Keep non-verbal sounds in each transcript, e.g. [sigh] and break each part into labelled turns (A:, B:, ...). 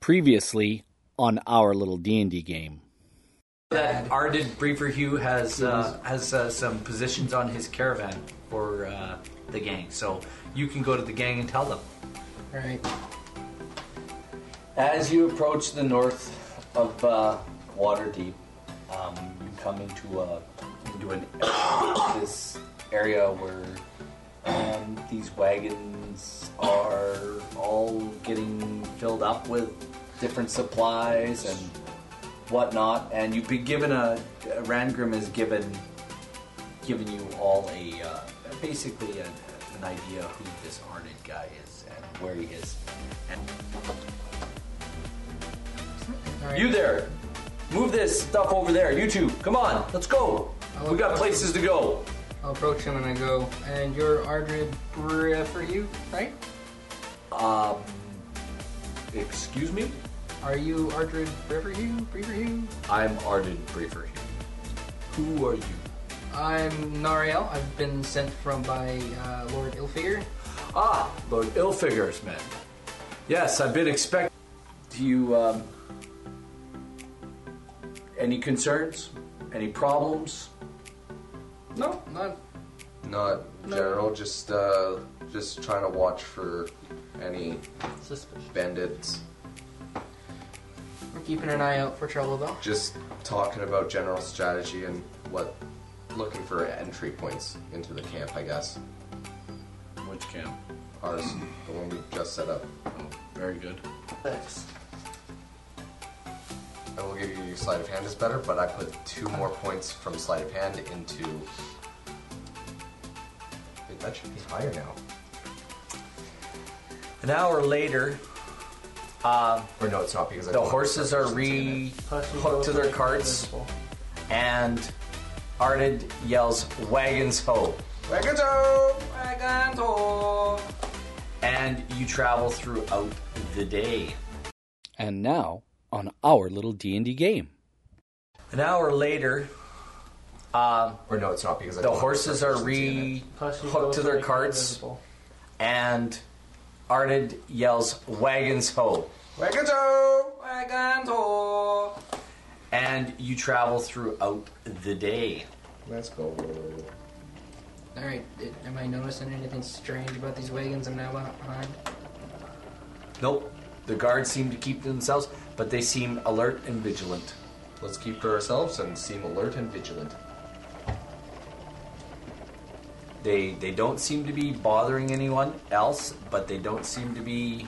A: previously on our little D&D game.
B: That Ardid Briefer Hugh has uh, has uh, some positions on his caravan for uh, the gang, so you can go to the gang and tell them.
C: Right.
D: As you approach the north of uh, Waterdeep, um, you come into a into an this area where um, these wagons are all getting filled up with different supplies and whatnot, and you've been given a Rangrim has given given you all a uh, basically an, an idea who this Arnid guy is and where he is. And
C: All right.
D: You there! Move this stuff over there. You two, come on, let's go. We got places to go.
C: I'll approach him and I go, and you're Ardred Br- for you, right?
D: Um, excuse me.
C: Are you Ardred Riverhue? Riverhue?
D: I'm Arden Briefer. Who are you?
C: I'm Nariel. I've been sent from by uh, Lord Ilfigure.
D: Ah, Lord Illfigures, man. Yes, I've been expecting. Do you um, any concerns? Any problems?
C: No, not.
E: Not general, just uh, just trying to watch for any
C: Suspicious.
E: bandits.
C: We're keeping an eye out for trouble, though.
E: Just talking about general strategy and what, looking for entry points into the camp, I guess.
D: Which camp?
E: Ours, the one we just set up.
D: Oh, very good.
E: I will give you sleight of hand is better, but I put two more points from sleight of hand into. Wait, that should be higher now.
D: An hour later,
E: Or no, it's not because I
D: the
E: don't have
D: horses are
E: representation in
D: re hooked to their carts, and Arden yells, "Wagons ho!"
E: it. Wagons up!
D: and you travel throughout the day.
A: And now on our little D&D game.
D: An hour later,
E: Or no, it's not because I
D: the
E: don't have
D: horses are
E: representation in it.
D: re hooked to their carts, and Arnid yells, Wagons ho!
E: Wagons up!
D: And you travel throughout the day.
E: Let's go.
C: All right. it- am I noticing anything strange about these wagons I'm now behind?
D: Nope, the guards seem to keep to themselves, but they seem alert and vigilant.
E: Let's keep to ourselves and seem alert and vigilant.
D: They, they don't seem to be bothering anyone else, but they don't seem to be.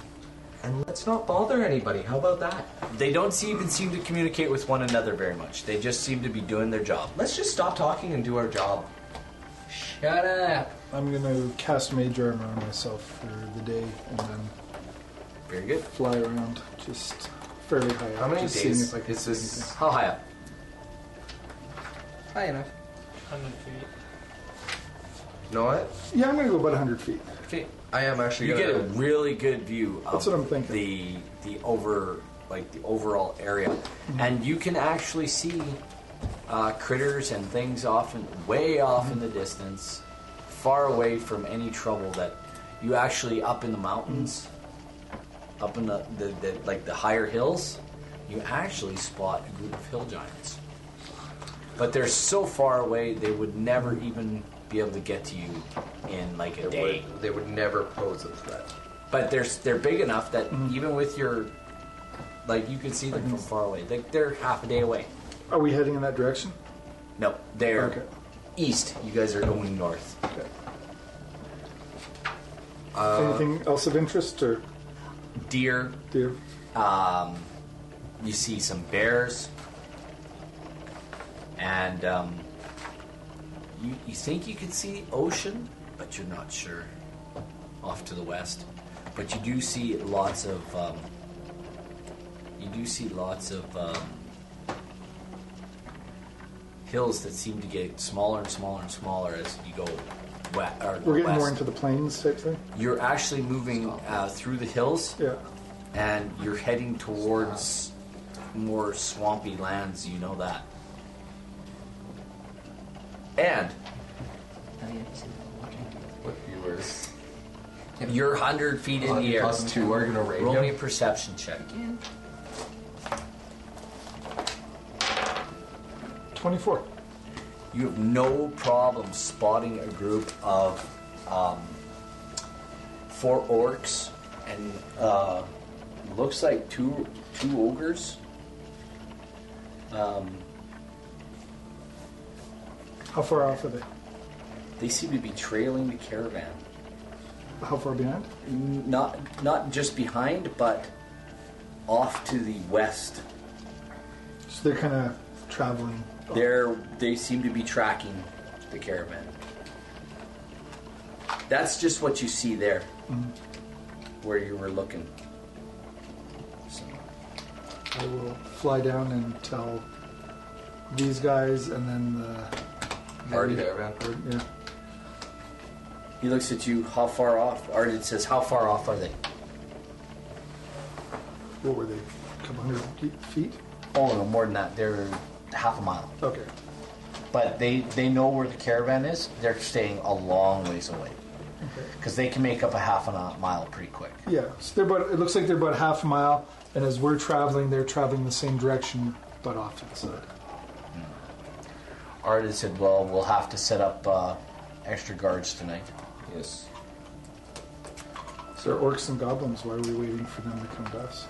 E: And let's not bother anybody. How about that?
D: They don't see- even seem to communicate with one another very much. They just seem to be doing their job.
E: Let's just stop talking and do our job.
C: Shut up.
F: I'm gonna cast Mage Armor on myself for the day and then
D: Very good.
F: fly around just fairly high up.
E: How many
F: just
E: days
F: seeing if I can
E: is
F: see
E: this?
F: anything.
D: How high up?
C: High enough.
E: You know what?
F: Yeah, I'm gonna go about 100 feet.
D: Okay.
E: I am actually
D: You get
E: gonna
D: a really good view of
F: That's what I'm thinking.
D: the the over like the overall area,
F: Mm-hmm.
D: and you can actually see uh, critters and things off in, way off
F: Mm-hmm.
D: in the distance, far away from any trouble that you actually up in the mountains,
F: Mm-hmm.
D: up in the, the, the like the higher hills, you actually spot a group of hill giants. But they're so far away they would never
F: Mm-hmm.
D: even be able to get to you in like a
E: They
D: day
E: would, they would never pose a threat.
D: but they're they're big enough that even with your like you can see them from far away. They, they're half a day away.
F: Are we heading in that direction?
D: No, they're
F: Okay.
D: east. You guys are going north.
F: Okay.
E: Uh,
F: Anything else of interest or
D: Deer.
F: deer?
D: You Um, see some bears, and um, you you think you can see the ocean, but you're not sure. Off to the west, but you do see lots of um, you do see lots of um, hills that seem to get smaller and smaller and smaller as you go west. Or
F: We're getting
D: west.
F: more into the plains type thing.
D: You're actually moving uh, through the hills,
F: Yeah.
D: and you're heading towards more swampy lands. You know that. And
E: What viewers?
D: you're hundred feet in the air.
E: Us two are gonna raid
D: Roll me a
E: him.
D: perception check.
F: 24.
D: you have no problem spotting a group of um, four orcs and uh, looks like two two ogres. Um,
F: How far off are they?
D: they seem to be trailing the caravan,
F: How far behind?
D: N- not not just behind, but off to the west.
F: So they're kind of traveling.
D: They're they seem to be tracking the caravan. That's just what you see there, where you were looking. So,
F: I will fly down and tell these guys and then the.
D: Party.
E: Caravan.
F: Yeah.
D: he looks at you. How far off? Arden says, "How far off are they?"
F: What were they? A couple hundred feet- feet?
D: Oh no, more than that. They're half a mile.
F: Okay.
D: But they they know where the caravan is. They're staying a long ways away
F: Okay.
D: because they can make up a half a mile pretty quick.
F: Yeah. So they're about, it looks like they're about half a mile, and as we're traveling, they're traveling the same direction but off to the side.
D: Arden said, "Well, we'll have to set up uh, extra guards tonight."
E: Yes.
F: So they're orcs and goblins. Why are we waiting for them to come to us?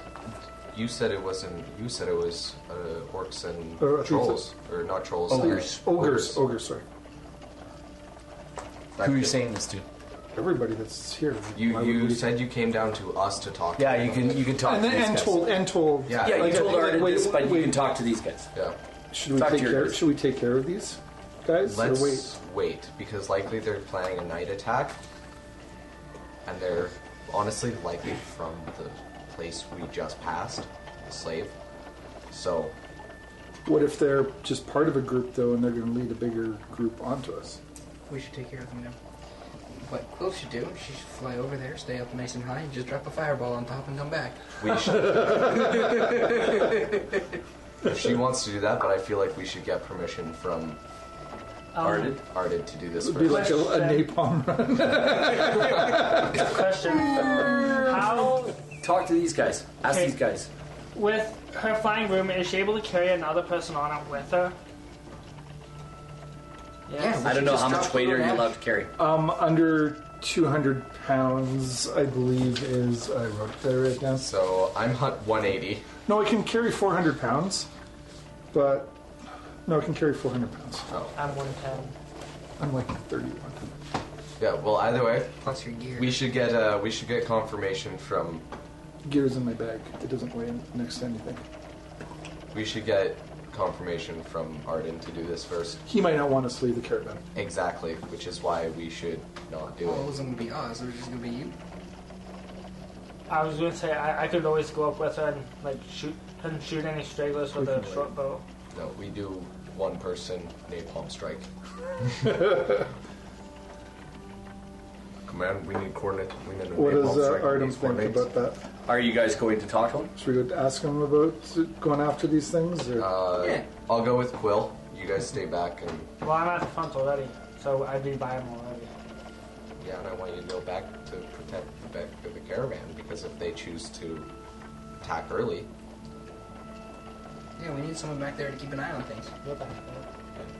E: You said it wasn't. You said it was uh, orcs and
F: Or I think
E: trolls, or not trolls.
D: Ogres.
F: Ogres. Ogres, sorry.
E: That
D: Who are you
E: could-
D: saying this to?
F: Everybody that's here.
E: You
F: Why would
E: you
F: we-
E: said you came down to us to talk. to
D: Yeah, you
E: them.
D: can you can talk
F: And
D: to
F: then
D: these
F: and
D: guys.
F: told and told.
E: Yeah.
D: Yeah, you
E: Like,
D: told
E: like,
D: Arden
F: wait,
D: this, but you
F: wait.
D: can talk to these guys.
E: Yeah.
F: Should we
D: Talk to
F: take
D: your
F: care?
D: guys.
F: Should we take care of these guys? or
E: Let's
F: wait.
E: because likely they're planning a night attack, and they're honestly likely from the place we just passed, the slave. So
F: What if they're just part of a group though, and they're going to lead a bigger group onto us?
C: We should take care of them now. What Quill should do, she should fly over there, stay up nice and high, and just drop a fireball on top and come back.
E: we should. she wants to do that, but I feel like we should get permission from
G: Um,
E: Arden to do this
F: It'd be
E: first.
F: like a, a
G: Question.
F: napalm run.
G: question. How,
D: Talk to these guys. Ask
G: Okay.
D: these guys.
G: with her flying room, is she able to carry another person on it with her?
C: Yeah.
D: I don't know
C: just
D: how
C: drop
D: much
C: the
D: weight are you
C: little
D: allowed to carry.
F: Um, under 200 pounds, I believe is. I wrote it there right now.
E: So I'm hunt 180.
F: No, I can carry 400 pounds, but no, I can carry 400 pounds.
G: I'm 110.
F: I'm like 31.
E: Yeah. Well, either way,
C: Plus your gear.
E: we should get uh, we should get confirmation from
F: Gear's in my bag. It doesn't weigh next to anything.
E: we should get confirmation from Arden to do this first.
F: He might not want us to leave the caravan.
E: Exactly, which is why we should not do
C: All
E: it.
C: of them would be us. They're just gonna be you.
G: I was gonna say I, I could always go up with her and like shoot and shoot any stragglers with a
F: can
G: short bow.
E: No, we do one person napalm strike. [laughs] Command, we need coordinate. We need a
F: What
E: napalm
F: does uh,
E: strike.
F: Artem
E: These
F: think
E: coordinates.
F: about that?
D: Are you guys going to talk to him?
F: Should we go ask him about going after these things? Or?
E: Uh,
C: Yeah.
E: I'll go with Quill. You guys stay back, and
G: Well, I'm at the front already, so I'd be by him already.
E: yeah, and I want you to go back to protect the back of the caravan because if they choose to attack early,
C: Yeah, we need someone back there to keep an eye on things.
G: You're back there.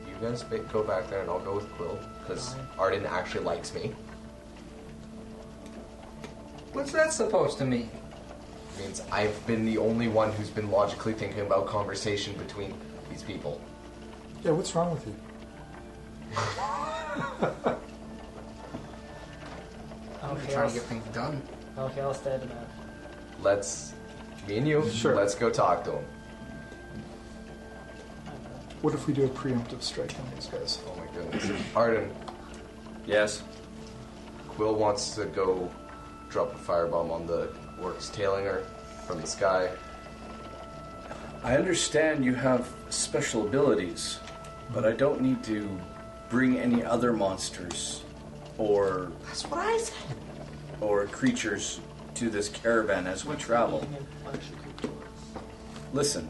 E: you guys ba- go back there, and I'll go with Quill because
G: Alright.
E: Arden actually likes me.
C: What's that supposed to mean?
E: means I've been the only one who's been logically thinking about conversation between these people.
F: yeah, what's wrong with you?
C: We're
G: Okay,
C: trying
G: I'll,
C: to get things done.
G: okay, I'll stay at the back.
E: Let's, me and you,
F: Sure.
E: let's go talk to him.
F: What if we do a preemptive strike on these guys?
E: Oh my goodness. [clears throat] Arden,
D: Yes.
E: Quill wants to go drop a firebomb on the orc's tailing her from the sky.
D: I understand you have special abilities, but I don't need to bring any other monsters or
G: That's what I said.
D: or creatures to this caravan as we travel. Listen,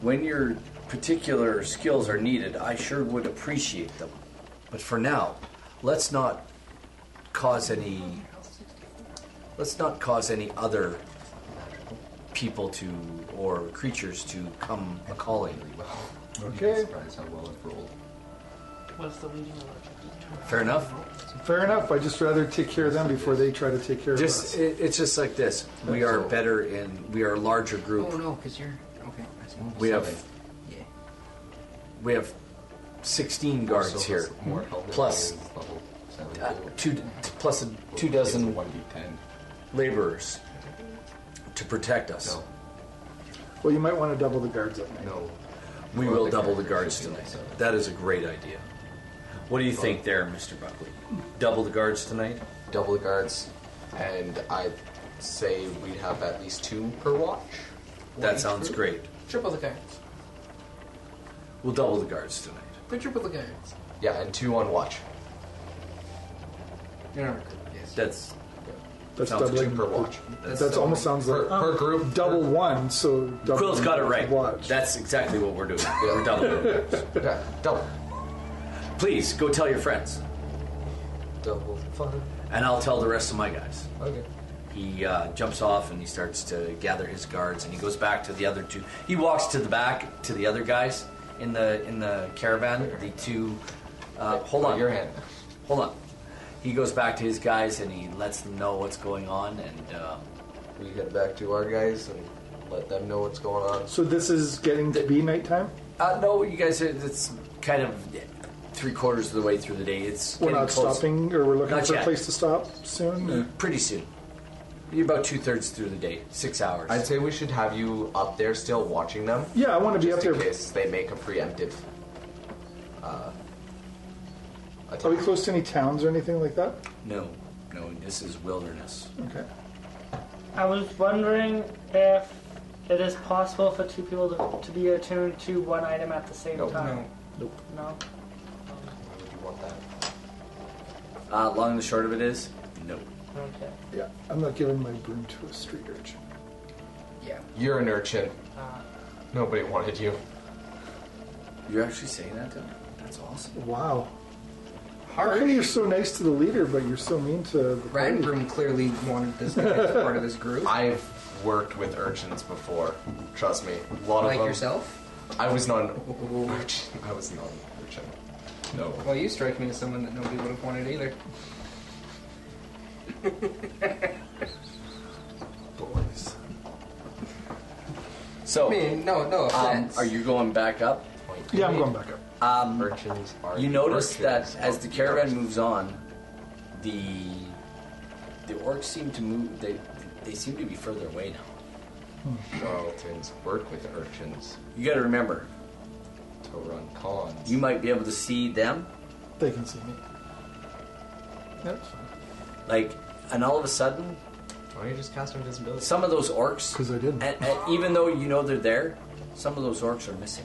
D: when your particular skills are needed, I sure would appreciate them. But for now, let's not cause any. Let's not cause any other people to or creatures to come a calling
F: Okay.
E: Surprised how well it rolled.
G: What's the leading electric?
D: [laughs] Fair enough.
F: Fair enough. I just rather take care of them before they try to take care of us.
D: Just it, it's just like this. We are better in. We are a larger group.
H: Oh no, because you're okay. I see.
D: We have
H: Yeah.
D: we have sixteen guards
E: Also
D: here,
E: has More health than
D: Plus-
E: it is level seven.
D: uh, two plus a, two dozen
E: one d ten.
D: laborers to protect us.
E: No,
F: Well, you might want to double the guards at night.
E: no.
D: We
E: Well,
D: will
E: the
D: double the
E: character
D: guards
E: should be
D: tonight.
E: like so.
D: That is a great idea. What do you think there, Mr. Buckley? Double the guards tonight?
E: Double the guards, and I'd say we'd have at least two per watch.
D: That sounds great.
H: Triple the guards.
D: We'll double the guards tonight.
H: They're triple the guards.
E: Yeah, and two on watch.
H: You're not recruited. Yes.
D: That's
F: That's
D: Sounds
F: doubling.
E: Two per watch.
F: That's, almost sounds
E: Per,
F: like
E: per group.
F: double one. So double
D: Quill's got it right.
F: Watch.
D: That's exactly what we're doing. We're doubling the guards.
E: Yeah, double.
D: Please go tell your friends,
E: Double fun.
D: and I'll tell the rest of my guys.
E: Okay.
D: He uh, jumps off and he starts to gather his guards, and he goes back to the other two. He walks to the back to the other guys in the in the caravan. The two. Uh, hold
E: Oh,
D: on,
E: Your hand.
D: Hold on. He goes back to his guys and he lets them know what's going on, and um,
E: We head back to our guys and let them know what's going on.
F: So this is getting to be nighttime.
D: uh, no, you guys, are- it's kind of three quarters of the way through the day. It's
F: We're
D: getting
F: not
D: close.
F: stopping, or we're looking
D: Not
F: for
D: yet.
F: a place to stop soon.
D: pretty soon. You're about two thirds through the day, six hours.
E: I'd say we should have you up there still watching them.
F: Yeah, I want to be up
E: Just in
F: there.
E: case they make a preemptive. Uh,
F: Are we
E: attack.
F: close to any towns or anything like that?
D: no, no, this is wilderness.
F: Okay.
G: I was wondering if it is possible for two people to, to be attuned to one item at the same
E: Nope.
G: time.
F: Nope.
G: No.
E: Why would you want that?
D: Uh, long and the short of it is, no.
G: Okay.
F: Yeah, I'm not giving my broom to a street urchin.
H: Yeah.
E: You're an urchin.
G: Uh,
E: Nobody wanted you.
D: You're actually saying that to me? That's awesome.
F: Wow. How come
H: Harsh.
F: you're so nice to the leader, but you're so mean to the party?
H: Randbroom clearly wanted this guy as part of this
D: [laughs]
H: group.
E: I've worked with urchins before. Trust me. A lot
H: like
E: of them.
H: yourself.
E: I was not an
H: Well,
E: urchin. I was not an urchin. No.
H: you strike me as someone that nobody would have wanted either.
E: Boys.
D: So,
H: I mean, no, no
D: Oh. um,
H: offense.
D: are you going back up?
F: Yeah, I'm going back up.
D: Um,
E: Urchins are.
D: You notice
E: urchins.
D: that as the caravan moves on, the the orcs seem to move. They they seem to be further away now.
E: Charlatans work with urchins
D: You got to remember,
E: to run cons.
D: you might be able to see them,
F: They can see me. That's fine.
D: like, and all of a sudden,
E: Why don't you just cast invisibility?
D: some of those orcs.
F: 'Cause I didn't.
D: And, and even though you know they're there, some of those orcs are missing.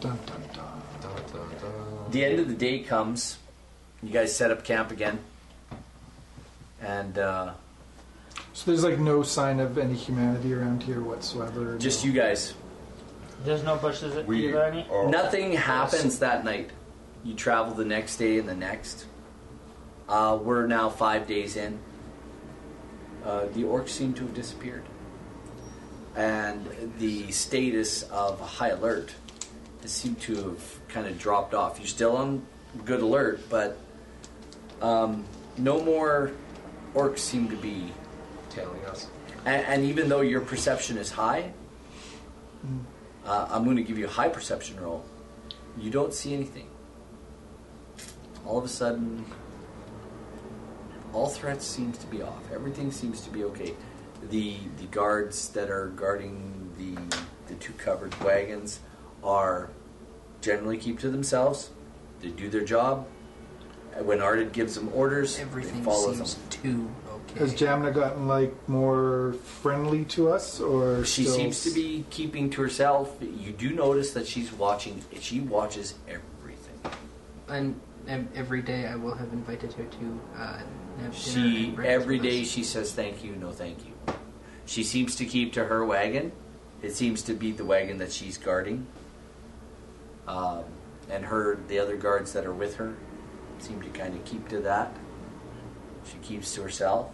F: Dun, dun, dun.
E: Dun, dun, dun.
D: The end of the day comes. You guys set up camp again, and uh,
F: So there's like no sign of any humanity around here whatsoever.
D: just
F: no.
D: you guys.
G: there's no bushes at
E: We
G: either any.
E: are
D: Nothing happens that night. You travel the next day and the next. Uh, we're now five days in. Uh, the orcs seem to have disappeared. And the status of high alert has seemed to have kind of dropped off. You're still on good alert, but um, no more orcs seem to be.
E: tailing us.
D: And, and even though your perception is high,
H: Mm.
D: uh, I'm going to give you a high perception roll. You don't see anything. All of a sudden, all threats seems to be off. Everything seems to be okay. The the guards that are guarding the the two covered wagons are generally keep to themselves. They do their job. And When Ardid gives them orders,
H: Everything
D: they follow
H: seems
D: them.
H: too okay.
F: Has Jamna gotten like more friendly to us, or
D: She
F: still-
D: seems to be keeping to herself. You do notice that she's watching. She watches everything.
H: And, and every day I will have invited her to uh, have dinner and
D: She
H: breakfast
D: every
H: with us.
D: day she says thank you, no thank you. She seems to keep to her wagon. It seems to be the wagon that she's guarding. Um, and her the other guards that are with her seemed to kind of keep to that. She keeps to herself.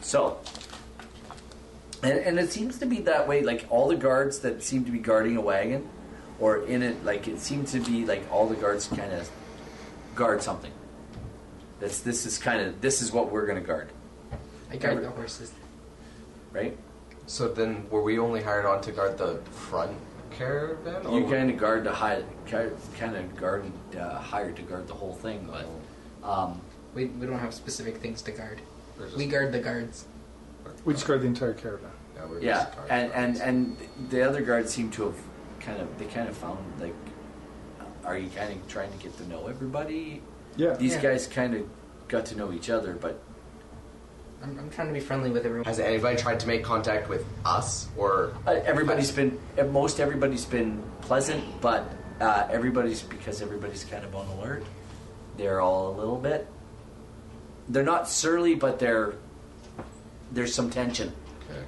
D: So, and, and it seems to be that way. Like all the guards that seem to be guarding a wagon, or in it, like it seems to be like all the guards kind of guard something. That's this is kind of this is what we're gonna guard,
H: I guard the horses.
D: right?
E: So then, were we only hired on to guard the front caravan? or
D: You
E: were-
D: kind of guard to hide, kind of guard uh, hired to guard the whole thing, but um,
H: We, we don't have specific things to guard.
E: There's just-
H: We guard the guards.
F: We just guard the entire caravan.
E: Yeah, we're
D: yeah,
E: just guard
D: and, and
E: guards.
D: and the other guards seem to have kind of they kind of found like, are you kind of trying to get to know everybody?
F: Yeah.
D: These
H: Yeah.
D: guys kind of got to know each other, but
H: I'm, I'm trying to be friendly with everyone.
E: Has anybody tried to make contact with us or
D: Uh, everybody's been at most everybody's been pleasant, but uh, everybody's because everybody's kind of on alert. They're all a little bit. They're not surly, but they're there's some tension.
E: okay.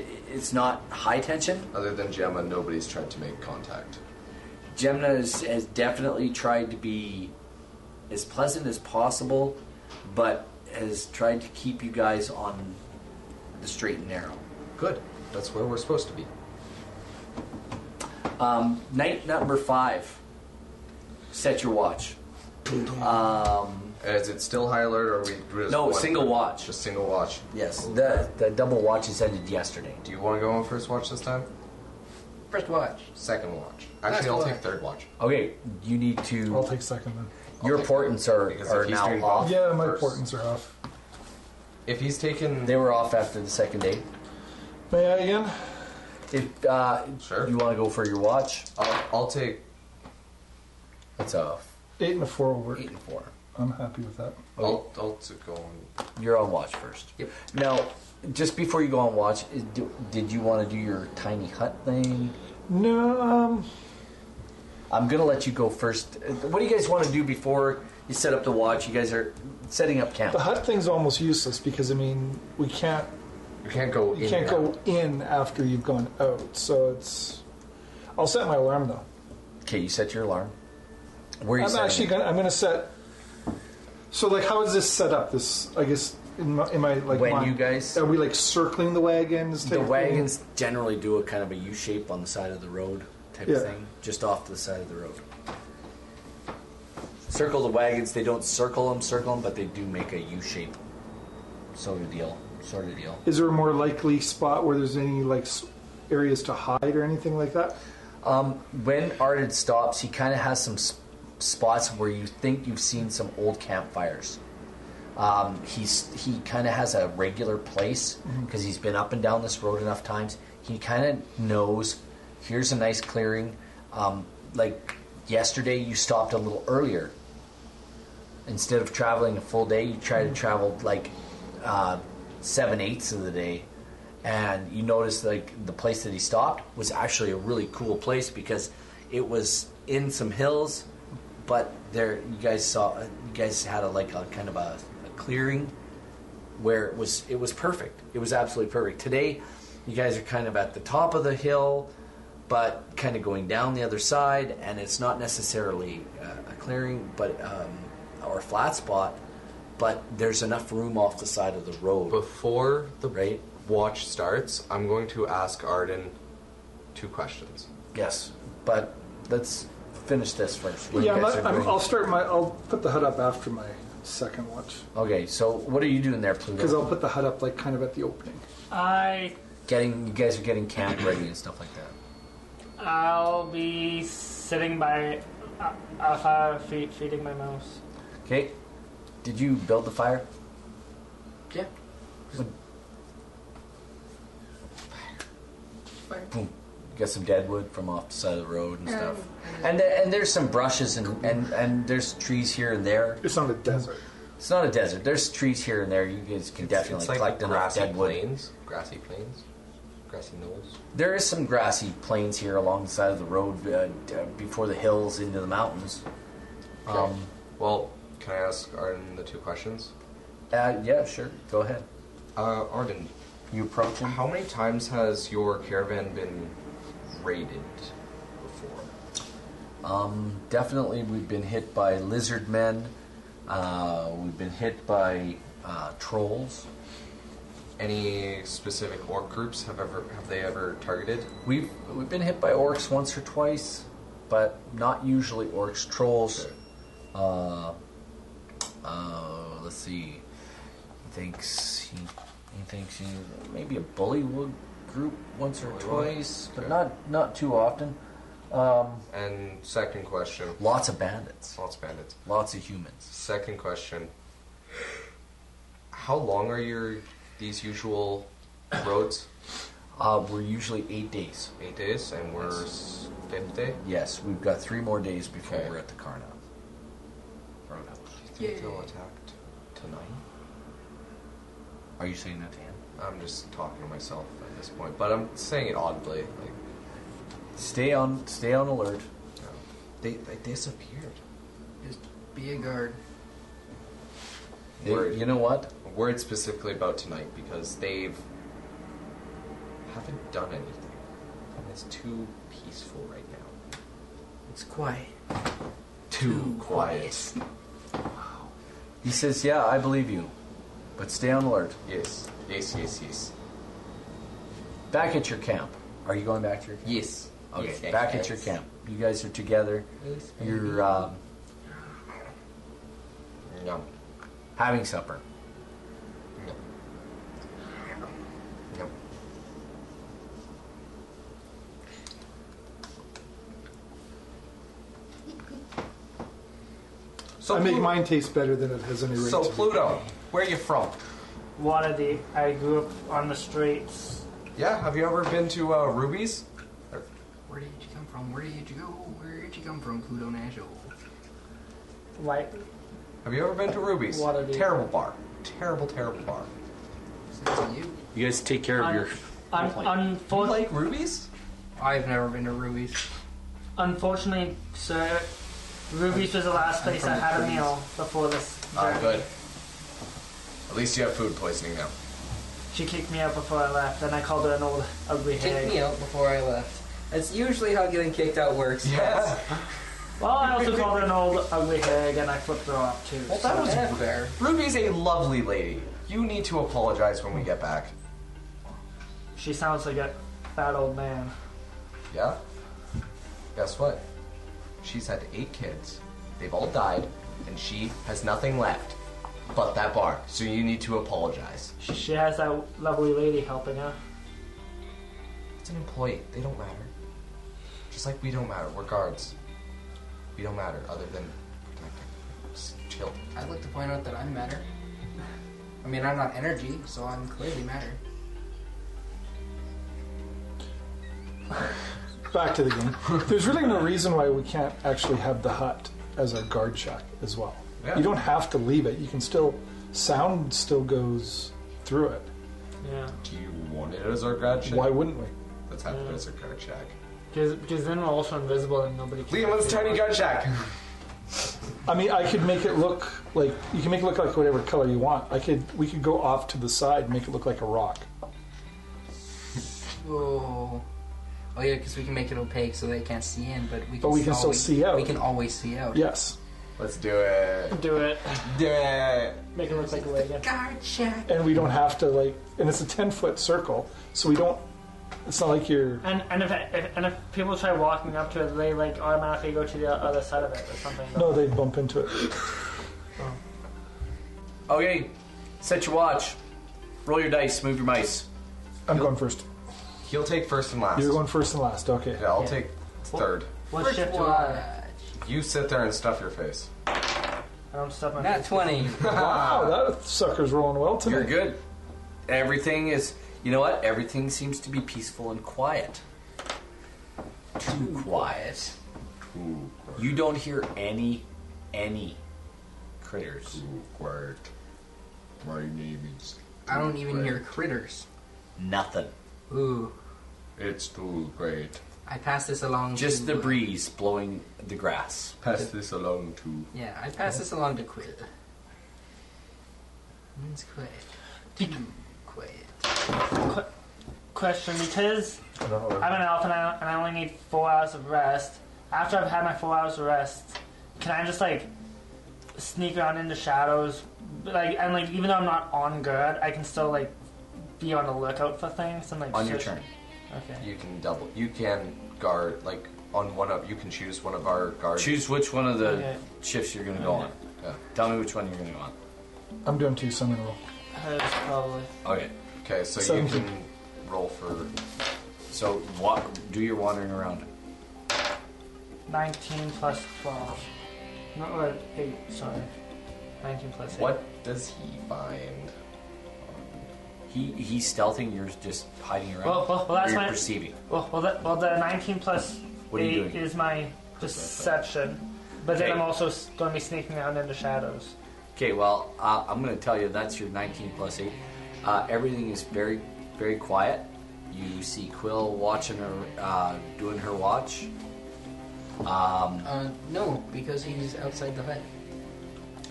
D: I- It's not high tension.
E: other than Gemma? Nobody's tried to make contact.
D: Gemna has, has definitely tried to be as pleasant as possible, but has tried to keep you guys on the straight and narrow.
E: Good. That's where we're supposed to be.
D: Um, night number five. Set your watch. Um,
E: And Is it still high alert or are we we're just
D: No,
E: one-
D: single watch.
E: Just single watch.
D: yes, the the double watches ended yesterday.
E: Do you want to go on first watch this time?
H: First watch.
E: Second watch.
H: Last
E: Actually, I'll
H: watch.
E: take third watch.
D: Okay, you need
F: I'll
D: to.
F: take second then.
D: Your
E: I'll take-
D: portents are
E: Because
D: are
E: if he's
D: now
E: doing
D: off.
E: both-
F: Yeah, my
E: First.
F: portents are off.
E: If he's taken,
D: They were off after the second date.
F: May I again?
D: If uh,
E: Sure.
D: you want to go for your watch,
E: I'll, I'll take.
D: that's a
F: Eight and a four will work.
D: eight and four.
F: I'm happy with that.
E: I'll, I'll t- go on.
D: You're on watch first.
H: Yep.
D: Now, just before you go on watch, is- do- did you want to do your tiny hut thing?
F: No, um,
D: I'm gonna let you go first. Uh, What do you guys want to do before you set up the watch? You guys are setting up
F: [laughs]
D: camp.
F: the hut thing's almost useless because I mean we can't
E: You can't go.
F: you
E: in
F: can't
E: now.
F: go in after you've gone out. So it's. I'll set my alarm though.
D: Okay, you set your alarm. Where are you
F: I'm
D: setting
F: actually
D: it?
F: gonna I'm gonna set. So like, how is this set up? This I guess in my, in my like
D: When
F: mind-
D: you guys-
F: are we like circling the wagons?
D: The
F: type thing?
D: wagons generally do a kind of a U shape on the side of the road type
F: Yeah.
D: of thing, just off to the side of the road. Circle the wagons. They don't circle them, circle them, but they do make a U shape sort of deal. Sort of deal.
F: Is there a more likely spot where there's any like s- areas to hide or anything like that?
D: Um, When Arded stops, he kind of has some sp- spots where you think you've seen some old campfires. Um, he's he kind of has a regular place because he's been up and down this road enough times. He kind of knows. Here's a nice clearing. Um, like yesterday, you stopped a little earlier. Instead of traveling a full day, you try to travel like uh, seven eighths of the day, and you notice like the place that he stopped was actually a really cool place because it was in some hills, but there you guys saw you guys had a like a kind of a, a clearing where it was it was perfect. It was absolutely perfect. Today, you guys are kind of at the top of the hill, but kind of going down the other side, and it's not necessarily uh, a clearing, but um, or a flat spot. But there's enough room off the side of the road.
E: Before the
D: Right.
E: watch starts, I'm going to ask Arden two questions.
D: Yes, but let's finish this first. What
F: yeah,
D: you
F: I'm
D: guys
F: not,
D: are
F: I'm,
D: doing.
F: I'll start my. I'll put the hut up after my second watch
D: okay, so what are you doing there,
F: because
D: Pluto?
F: I'll put the hut up like kind of at the opening.
G: I
D: Getting you guys are getting camp ready and stuff like that.
G: I'll be sitting by uh, uh, five feet feeding my mouse.
D: Okay, did you build the fire?
H: Yeah.
D: boom, get some dead wood from off the side of the road and stuff. And the, and there's some brushes and, and, and there's trees here and there.
F: It's not a desert.
D: It's not a desert. There's trees here and there. You guys can definitely
E: it's like
D: collect
E: the
D: enough
E: grassy
D: dead wood.
E: plains. Grassy plains. Grassy knolls.
D: There is some grassy plains here along the side of the road uh, d- uh, before the hills into the mountains. Um,
E: Well, can I ask Arden the two questions?
D: uh, yeah, sure. Go ahead.
E: Uh, Arden,
D: You approach him.
E: how many times has your caravan been raided before?
D: Um, definitely, we've been hit by lizard men. Uh, we've been hit by uh, trolls.
E: Any specific orc groups have ever have they ever targeted?
D: We've we've been hit by orcs once or twice, but not usually orcs. Trolls. Uh, uh, let's see. He thinks he, he thinks he's maybe a bully wo- group once or
E: Bully wo-
D: twice, but
E: okay.
D: not not too often. Um,
E: And second question,
D: lots of bandits.
E: lots of bandits.
D: Lots of humans.
E: Second question, how long are your these usual roads?
D: Uh, we're usually eight days.
E: Eight days, and we're s- fifth day.
D: Yes, we've got three more days before
E: Okay.
D: we're at the Karna. Roadhouse.
E: Do you think they'll attack t- tonight?
D: Are you saying that to him?
E: I'm just talking to myself at this point, but I'm saying it oddly. Like,
D: Stay on, stay on alert.
E: you know, they they disappeared.
H: Just be a guard.
D: They-
E: Word.
D: you know what?
E: Worried specifically about tonight because they've haven't done anything, and it's too peaceful right now.
H: It's quiet.
E: Too quiet.
D: He says, "Yeah, I believe you, but stay on alert."
E: Yes, yes, yes, yes,
D: Back at your camp. Are you going back to your camp?
E: yes.
D: Okay,
E: Yes, yes,
D: back at
E: yes.
D: your camp. You guys are together.
E: Yes,
D: You're um,
E: Yum,
D: having supper.
E: yum, yum. So
F: I make
E: Pluto-
F: mine taste better than it has any right
E: So
F: to.
E: Pluto, where are you from?
G: Waterdeep. I grew up on the streets.
E: Yeah, have you ever been to uh, Ruby's?
H: Where did you come from? Where did you go? Where did you come from, Pluto Nash? Oh,
G: Like,
E: Have you ever been to Ruby's?
G: What have you-
E: terrible bar, terrible, terrible bar.
H: Says you.
I: You guys take care of
G: un-
I: your.
G: un-
E: You
G: unfor-
E: like Ruby's?
H: I've never been to Ruby's.
G: unfortunately, sir, Ruby's was the last place
H: from
G: I
H: the
G: had a
H: trees.
G: meal before this.
E: Ah,
G: journey.
E: good. At least you have food poisoning now.
G: She kicked me out before I left, and I called her an old ugly
C: Kicked me
G: hag.
C: out before I left. That's usually how getting kicked out works.
E: Yes.
G: Well, I also called her an old ugly hag, and I flipped her off too.
E: Well, that
G: so-
E: was
C: That's fair.
E: Ruby's a lovely lady. You need to apologize when we get back.
G: She sounds like a fat old man.
E: Yeah? Guess what? She's had eight kids. They've all died, and she has nothing left but that bar. So you need to apologize.
G: She has that lovely lady helping her.
E: It's an employee. They don't matter. Just like we don't matter. We're guards. We don't matter other than protecting. Just chill.
H: I'd like to point out that I'm matter. I mean, I'm not energy, so I'm clearly matter.
F: Back to the game. [laughs] There's really no reason why we can't actually have the hut as our guard shack as well.
E: Yeah.
F: You don't have to leave it. You can still sound still goes through it.
G: Yeah.
E: Do you want it as our guard shack?
F: Why wouldn't we?
E: Let's have it as our guard shack.
G: Because then we're also invisible and nobody can.
E: Liam, let's tiny guard shack.
F: I mean, I could make it look like you can make it look like whatever color you want. I could we could go off to the side, and make it look like a rock.
H: Oh. Oh yeah, because we can make it opaque so they can't see in, but we can.
F: But we can still
H: always,
F: see out.
H: We can always see out.
F: Yes,
E: Let's do it.
G: Do it.
E: Do it.
G: Make it look like a wagon.
H: Guard check.
F: and we don't have to like, and it's a ten foot circle, so we don't. It's not like you're.
G: And and if, if and if people try walking up to it, they like automatically go to the other side of it or something.
F: No, they bump into it.
D: Okay, set your watch. Roll your dice. Move your mice.
F: I'm going first.
E: He'll take first and last.
F: You're going first and last. Okay.
E: Yeah, I'll take third.
G: What
C: First
G: shift do
C: one.
G: I?
E: You sit there and stuff your face.
G: I don't stop my.
C: Not 20.
F: Wow, that sucker's rolling well tonight.
D: You're good. Everything is. You know what? Everything seems to be peaceful and quiet. Too quiet. You don't hear any, any critters.
E: Quiet. My name is.
H: I don't even hear critters.
D: Nothing.
H: Ooh.
E: It's too great.
H: I pass this along.
D: Just
H: to,
D: the
H: uh,
D: breeze blowing the grass.
E: Pass this along to.
H: Yeah, I pass this along to Quid. It's Quid. Quid.
G: Question: Because
F: I don't know.
G: I'm an elf and I, and I only need four hours of rest, after I've had my four hours of rest, can I just like sneak around into shadows? Like and like even though I'm not on guard, I can still like be on the lookout for things and like
D: On your
G: search-
D: turn.
G: Okay.
E: You can double. You can guard like on one of. You can choose one of our guards.
D: Choose which one of the
G: Okay.
D: shifts you're gonna go on. Uh,
E: Yeah.
D: Tell me which one you're gonna go on.
F: I'm doing two, so I'm gonna roll.
G: Hers probably.
D: Okay.
E: Okay, so you
F: Seventeen.
E: can roll for.
D: So wa- do your wandering around.
G: 19 plus 12. No, or 8, sorry. 19 plus 8.
E: What does he [laughs] find?
D: He he's stealthing. You're just hiding around.
G: Well, well, well, that's
D: Or you're
G: my-
D: perceiving.
G: Well, well, the, well, the 19 plus
D: What are you
G: 8
D: doing?
G: is my perception, but then
D: Okay.
G: I'm also going to be sneaking out into shadows.
D: Okay, well, uh, I'm going to tell you that's your 19 plus 8. Uh, everything is very, very quiet. You see Quill watching her, uh, doing her watch. Um,
C: Uh, no, because he's outside the hut.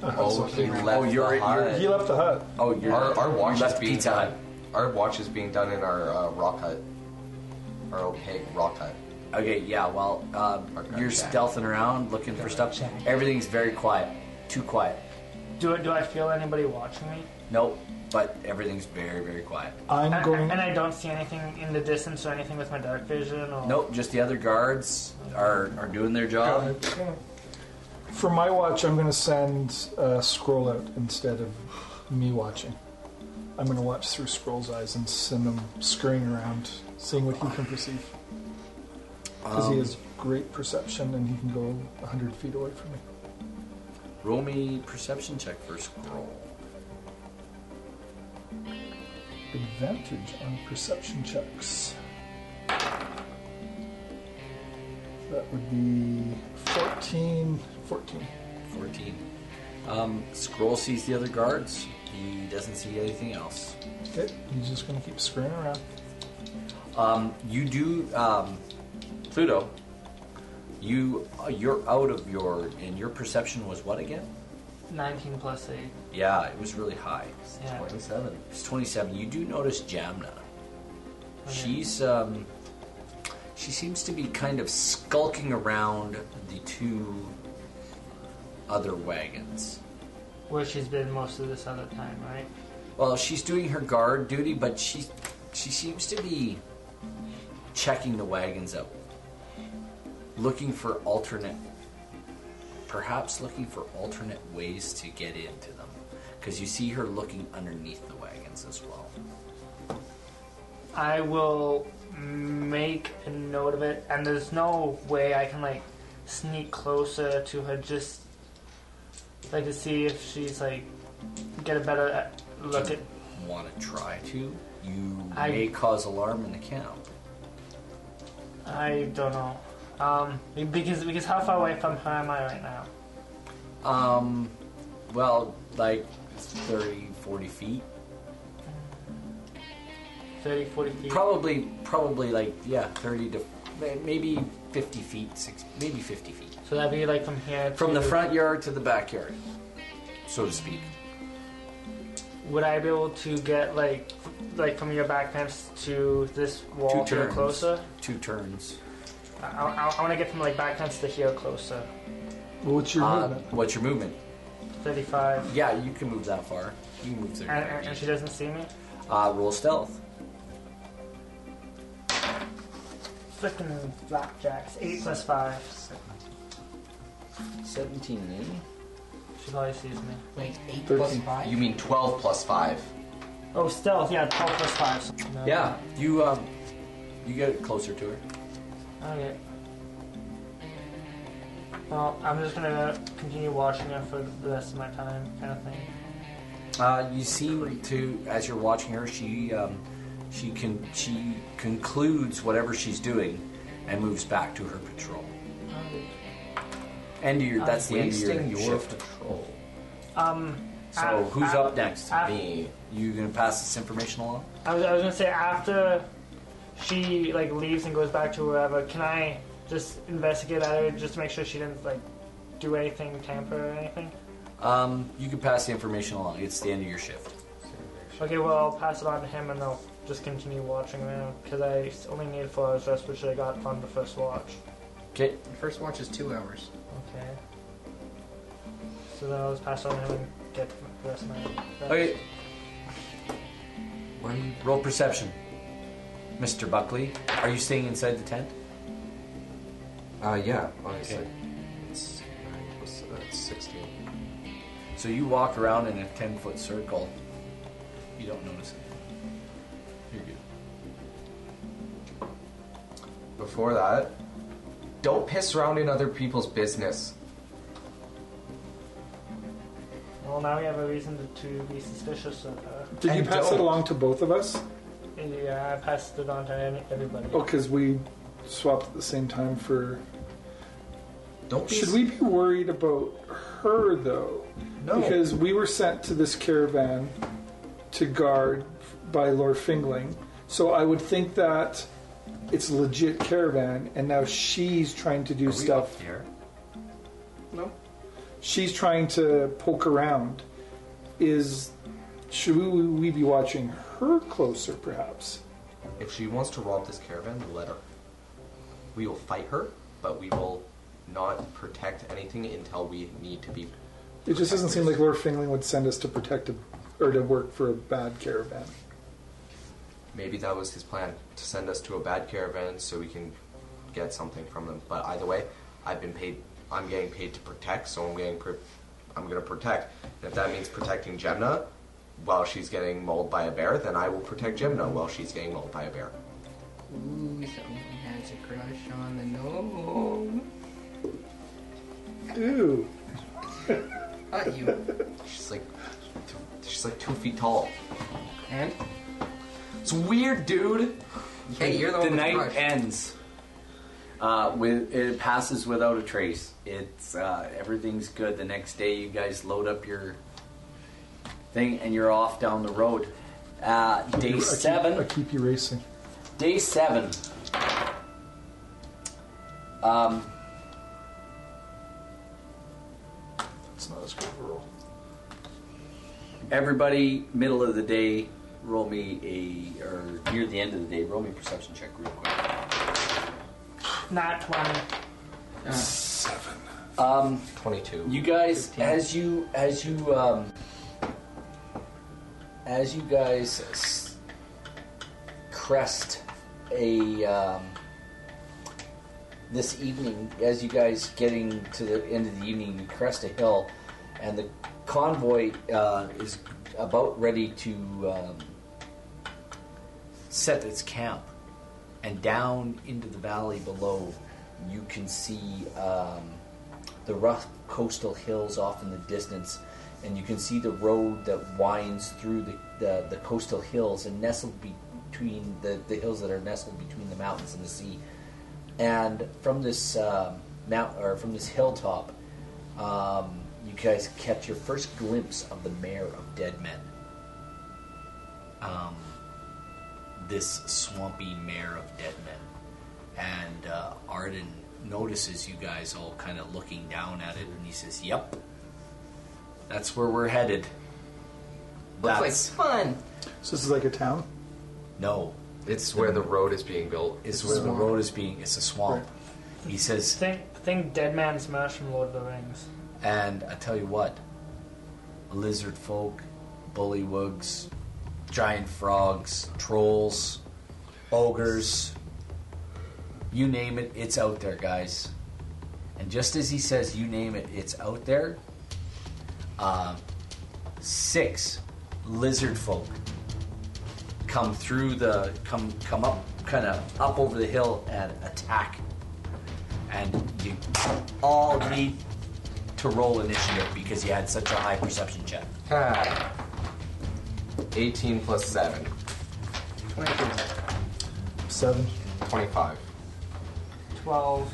E: Oh, he left
D: Oh, you're-
E: the hut.
D: you're-
F: He left the hut.
D: oh, you're,
E: Our- our watch
D: you left
E: is being
D: Pizza Hut.
E: Our watch is being done in our uh, rock hut. Our opaque rock hut.
D: Okay, yeah, well, uh,
E: Okay,
D: you're
E: Jack.
D: stealthing around looking for stuff. Everything's very quiet. Too quiet.
G: Do, I- do I feel anybody watching me?
D: Nope, but everything's very, very quiet.
F: I'm
G: And,
F: going.
G: and I don't see anything in the distance or anything with my dark vision? Or...
D: Nope, just the other guards are, are doing their job.
F: For my watch, I'm gonna send uh, scroll out instead of me watching. I'm gonna watch through Scroll's eyes and send him scurrying around, seeing what he can perceive. Because he has great perception and he can go 100 feet away from me.
D: Roll me perception check for scroll.
F: Advantage on perception checks. That would be 14. 14.
D: 14. Um, Scroll sees the other guards. He doesn't see anything else.
F: Okay, he's just gonna keep scurrying around.
D: Um, you do, um, Pluto. You uh, you're out of your and your perception was what again?
G: 19 plus 8.
D: Yeah, it was really high.
G: Yeah.
D: 27. It's 27. You do notice Jamna.
G: Oh,
D: She's um, she seems to be kind of skulking around the two other wagons.
G: Where she's been most of this other time, right?
D: Well, she's doing her guard duty, but she she seems to be checking the wagons out, looking for alternate, perhaps looking for alternate ways to get into them, because you see her looking underneath the wagons as well.
G: I will make a note of it, and there's no way I can like sneak closer to her just like to see if she's like get a better uh, look at.
D: Want to try to? You
G: I-
D: may cause alarm in the camp.
G: I don't know, um, because because how far away from her am I right now?
D: Um, well, like 30, 40 feet.
G: 30, 40 feet.
D: Probably, probably like yeah, thirty to may- maybe fifty feet, six, maybe fifty feet.
G: so that'd be like from here
D: From the
G: to-
D: front yard to the backyard, so to speak.
G: Would I be able to get like f- like from your back fence to this wall
D: Two
G: here
D: turns.
G: closer?
D: Two turns.
G: I, I, I want to get from like back fence to here closer.
F: What's your
D: Uh,
F: movement?
D: what's your movement?
G: 35.
D: Yeah, you can move that far. You can move
G: And, and,
D: there.
G: and she doesn't see me?
D: Uh, roll stealth.
G: Frickin' blackjacks. 8 plus 5.
D: 17 and 80.
G: She probably sees me.
C: Wait, eight plus
F: Thirteen.
C: five.
E: You mean 12 plus 5.
G: Oh, stealth, yeah, 12 plus 5. so- no.
D: Yeah, you um, you get closer to her.
G: Okay. Well, I'm just gonna continue watching her for the rest of my time, kind of thing.
D: Uh, you seem to, as you're watching her, she um, she can she concludes whatever she's doing and moves back to her patrol. End of your. That's the end of your,
E: Wasting your
D: shift.
E: patrol.
G: Um,
D: So
G: af-
D: who's
G: af-
D: up next?
G: af-
E: Me.
D: You gonna pass this information along?
G: I was, I was gonna say, after she, like, leaves and goes back to wherever, can I just investigate at her just to make sure she didn't, like, do anything, tamper or anything?
D: Um, you can pass the information along. It's the end of your shift.
G: Okay, well, I'll pass it on to him and I'll just continue watching now because I s- only need four hours rest, which I got on the first watch.
D: Okay.
H: The first watch is two hours.
G: Okay. So then I'll just pass on him and get the rest of my.
D: Okay. Roll perception. Mr. Buckley, are you staying inside the tent?
E: Uh, yeah, obviously. It's, nine plus, uh, it's 16.
D: So you walk around in a 10 foot circle. You don't notice it. You're good.
E: Before that, don't piss around in other people's business.
G: Well, now we have a reason to, to be suspicious of her.
F: Did you
E: And
F: pass it
E: don't.
F: along to both of us?
G: Yeah, I passed it on to any- everybody.
F: Oh, because we swapped at the same time for.
E: Don't be
F: Should we be worried about her though?
E: No.
F: Because we were sent to this caravan to guard by Lord Fingling, so I would think that it's a legit caravan, and now she's trying to do stuff.
D: Here.
F: No. She's trying to poke around. Is should we, we be watching her closer, perhaps?
E: If she wants to rob this caravan, let her. We will fight her, but we will not protect anything until we need to be.
F: It just doesn't seem like Lord Fingling would send us to protect a, or to work for a bad caravan.
E: Maybe that was his plan to send us to a bad caravan so we can get something from them. But either way, I've been paid. I'm getting paid to protect, so I'm getting. Pro- I'm gonna protect. And if that means protecting Gemna while she's getting mauled by a bear, then I will protect Gemna while she's getting mauled by a bear.
H: Ooh, someone has a crush on the gnome.
F: Ooh.
H: Not you.
E: She's like, two, she's like two feet tall.
H: and?
E: It's weird, dude.
H: Hey, you're the,
D: The
H: one with
D: night
H: the crush.
D: ends. Uh, with it passes without a trace. It's uh, everything's good. The next day, you guys load up your thing and you're off down the road. Uh,
F: I
D: day
F: keep- I
D: seven.
F: keep erasing.
D: Day seven. Um,
F: It's not as good of a roll.
D: Everybody, middle of the day, roll me a, or near the end of the day, roll me a perception check real quick.
G: Not 20.
D: Um,
E: Twenty-two.
D: you guys, as you, as you, um, as you guys s- crest a, um, this evening, as you guys getting to the end of the evening, you crest a hill, and the convoy uh, is about ready to um, set its camp. And down into the valley below, you can see um, the rough coastal hills off in the distance, and you can see the road that winds through the, the, the coastal hills and nestled between the, the hills that are nestled between the mountains and the sea and from this um, mount or from this hilltop, um, you guys catch your first glimpse of the mayor of Dead Men. Um, this swampy mayor of Dead Men, and uh, Arden notices you guys all kind of looking down at it, and he says, "Yep, that's where we're headed."
H: Looks like
D: That's-
H: fun.
F: So this is like a town.
D: no,
E: It's where the road is being built.
D: it's where the
H: Swamp.
D: road is being. It's a swamp. He says,
G: Think, think Dead Man Smash from Lord of the Rings.
D: And I tell you what, lizard folk, bullywugs, giant frogs, trolls, ogres, you name it, it's out there, guys. And just as he says, you name it, it's out there, uh, six lizard folk come through the, come, come up, kind of up over the hill and attack. And you all need to roll initiative because you had such a high perception check.
E: Ha. 18 Ah. plus 7.
H: 22.
F: Seven.
E: 25.
G: 12.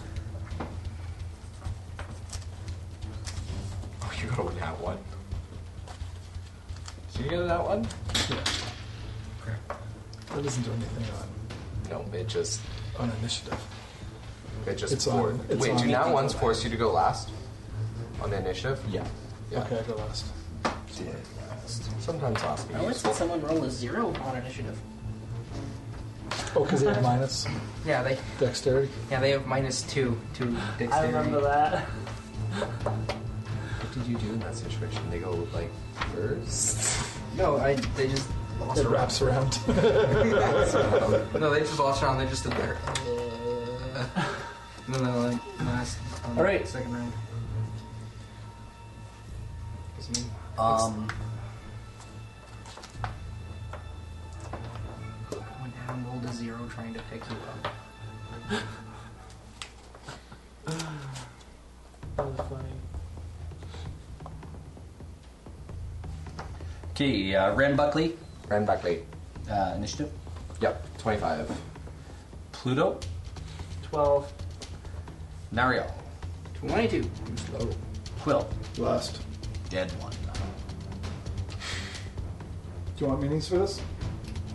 E: Oh, you got a nat one. Did you get a nat one?
F: That doesn't do anything
E: No, it just.
F: on, on initiative.
E: It just.
F: It's
E: for-
F: on- it's
E: Wait,
F: on.
E: do nat ones force you to go last? On the initiative?
D: Yeah.
E: Yeah.
F: Okay, I go last.
E: Sometimes last.
H: I
E: be
H: always
E: useful.
H: saw someone roll a zero on initiative.
F: Oh, because they [laughs] have minus
H: Yeah, they
F: dexterity.
H: yeah they have minus two to dexterity.
G: I remember that.
E: What did you do in that situation? They go like first.
H: No, I they just lost
F: It wraps [laughs] around.
H: around. No, they just lost around. They just stood
D: [laughs]
H: there. no, no, like last. Um,
D: All right.
H: second round. 'Cause I mean,
D: Um,
H: one down rolled a zero trying to pick you up.
G: That was funny.
D: okay, uh, Ren Buckley,
E: Ran back late.
D: uh, initiative.
E: Yep, 25.
D: Pluto,
G: 12.
D: Nariel,
H: Twenty-two. I'm slow.
D: Quill,
F: Last.
D: dead one.
F: Do you want minis for this?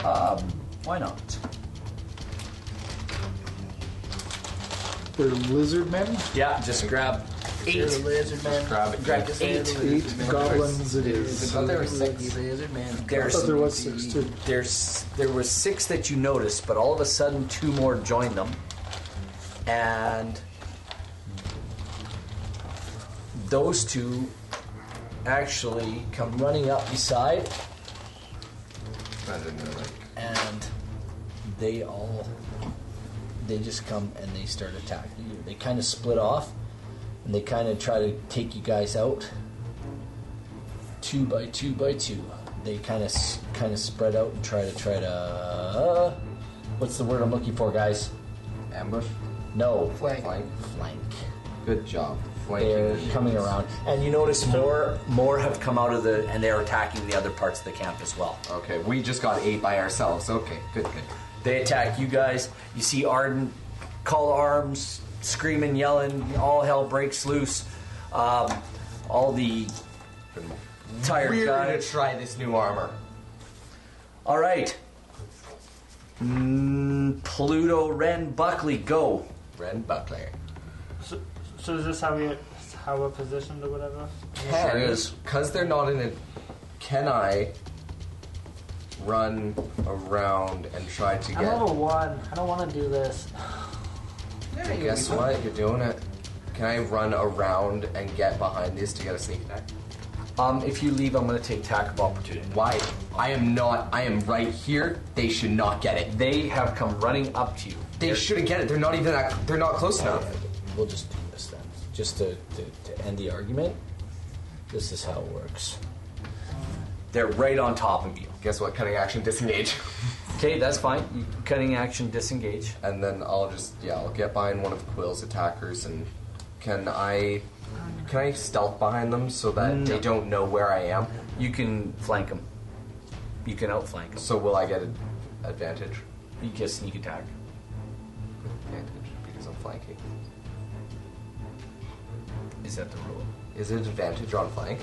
D: Um, why not?
F: They're lizard men.
D: Yeah, just grab.
G: Eight. Lizard man.
E: Grab it.
H: Grab this
D: Eight.
H: lizard
F: Eight
H: man.
F: goblins it
H: I
F: is.
H: thought there were six.
D: Lizard
H: Lizard man.
F: I
D: There's
F: thought there was six too.
D: There's there was six that you noticed, but all of a sudden two more joined them, and those two actually come running up beside,
E: And then they're like,
D: and they all they just come and they start attacking you. They kind of split off, and they kind of try to take you guys out. Two by two by two, they kind of kind of spread out and try to try to. uh, what's the word I'm looking for, guys?
I: Ambush?
D: No,
H: Flank.
I: Flank.
D: flank.
I: Good job. Flanking.
D: They're
I: the
D: coming
I: enemies.
D: around, and you notice more more have come out of the, and they're attacking the other parts of the camp as well.
I: Okay, we just got eight by ourselves. Okay, good, good.
D: They attack you guys. You see Arden call arms, screaming, yelling. All hell breaks loose. Um, all the tired
I: We're gonna
D: guys.
I: try this new armor.
D: All right. Mm, Pluto, Ren, Buckley, go.
I: Ren Buckley.
G: So, so is this how we how we're positioned or whatever?
E: Can,
D: Sure is.
E: Because they're not in it, can I run around and try to
G: I'm
E: get.
G: level one. I don't want to do this.
E: Guess what? You're doing it. Can I run around and get behind these to get a sneak attack?
D: Um, if you leave, I'm going to take attack of opportunity.
E: Why? I am not. I am right here. They should not get it.
D: They have come running up to you.
E: They shouldn't get it. They're not even that. They're not close enough.
D: We'll just do this then, just to, to, to end the argument. This is how it works. They're right on top of you.
E: Guess what? Cutting action, disengage, [laughs]
D: Okay, that's fine. You cutting action, disengage.
E: and then I'll just yeah, I'll get behind one of Quill's attackers, and can I can I stealth behind them so that they don't know where I am?
D: You can flank them. You can outflank them.
E: So will I get an advantage?
D: You get sneak attack.
E: Advantage because I'm flanking.
D: Is that the rule?
E: Is it advantage on flank?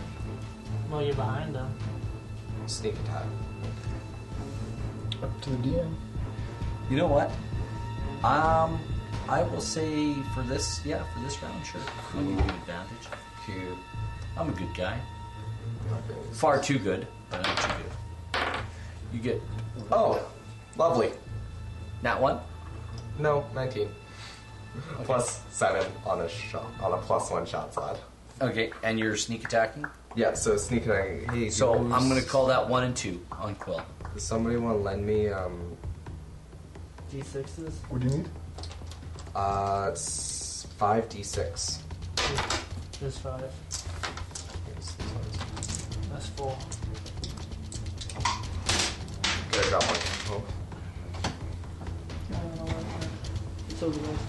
G: Well, you're behind them.
E: Sneak attack.
F: Up to the DM.
D: You know what? Um, I will say for this, yeah, for this round, sure. I'll give you advantage.
E: Cube.
D: I'm a good guy. Far too good, but I'm too good. You get
E: Oh, lovely.
D: that one.
E: No, 19. Plus 7 on a shot, on a plus 1 shot slot.
D: Okay, and you're sneak attacking.
E: Yeah, so sneaking I hey,
D: So
E: who's-
D: I'm gonna call that one and two on Quill.
E: Does somebody want to lend me um
G: D6s.
F: What do you need?
E: uh s- 5d6?
G: There's five. That's four.
E: Good job. one.
G: So we don't-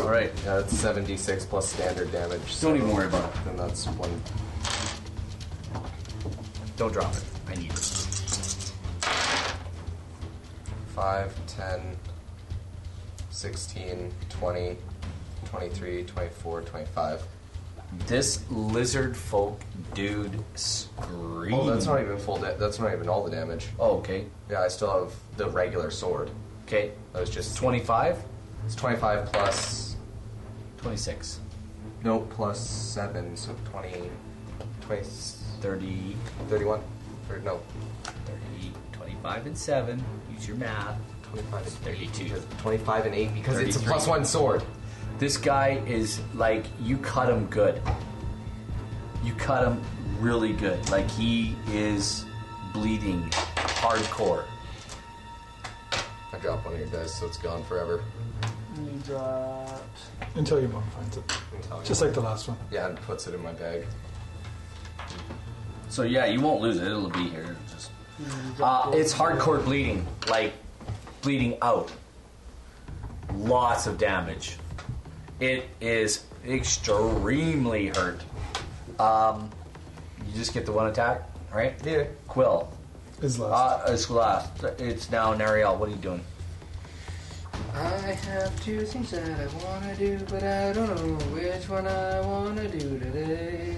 D: All right.
E: Yeah, that's 7d6 plus standard damage. So
D: Don't even worry about it.
E: then that's one.
D: Don't drop it. I need it.
E: 5, 10, 16, 20, 23, 24, 25.
D: This lizard folk dude screams.
E: Oh, that's not even full. Da- that's not even all the damage.
D: Oh, okay.
E: Yeah, I still have the regular sword.
D: Okay.
E: That was just
D: 25,
E: It's 25 plus.
D: 26,
E: No, plus 7, so 20. 20
D: 30,
E: 31. Or no.
D: 30, 25, and 7. Use your math.
E: 25 and
D: 32.
E: Because 25 and 8 because it's a
D: 33.
E: plus one sword.
D: This guy is like, you cut him good. You cut him really good. Like, he is bleeding hardcore.
E: I dropped one of your dice, so it's gone forever.
G: You dropped.
F: Until your mom finds it.
E: I'm telling you.
F: Just like the last one.
E: yeah, and puts it in my bag.
D: So, yeah, you won't lose it. It'll be here. Just.
G: Ah,
D: Uh, it's hardcore bleeding, like bleeding out. Lots of damage. It is extremely hurt. Um, you just get the one attack, right?
E: Yeah.
D: Quill.
F: Is last.
D: Uh, it's last. It's now Nariel. What are you
E: [laughs]
D: doing?
H: I have two things that I wanna do, but I don't know which one I wanna do today.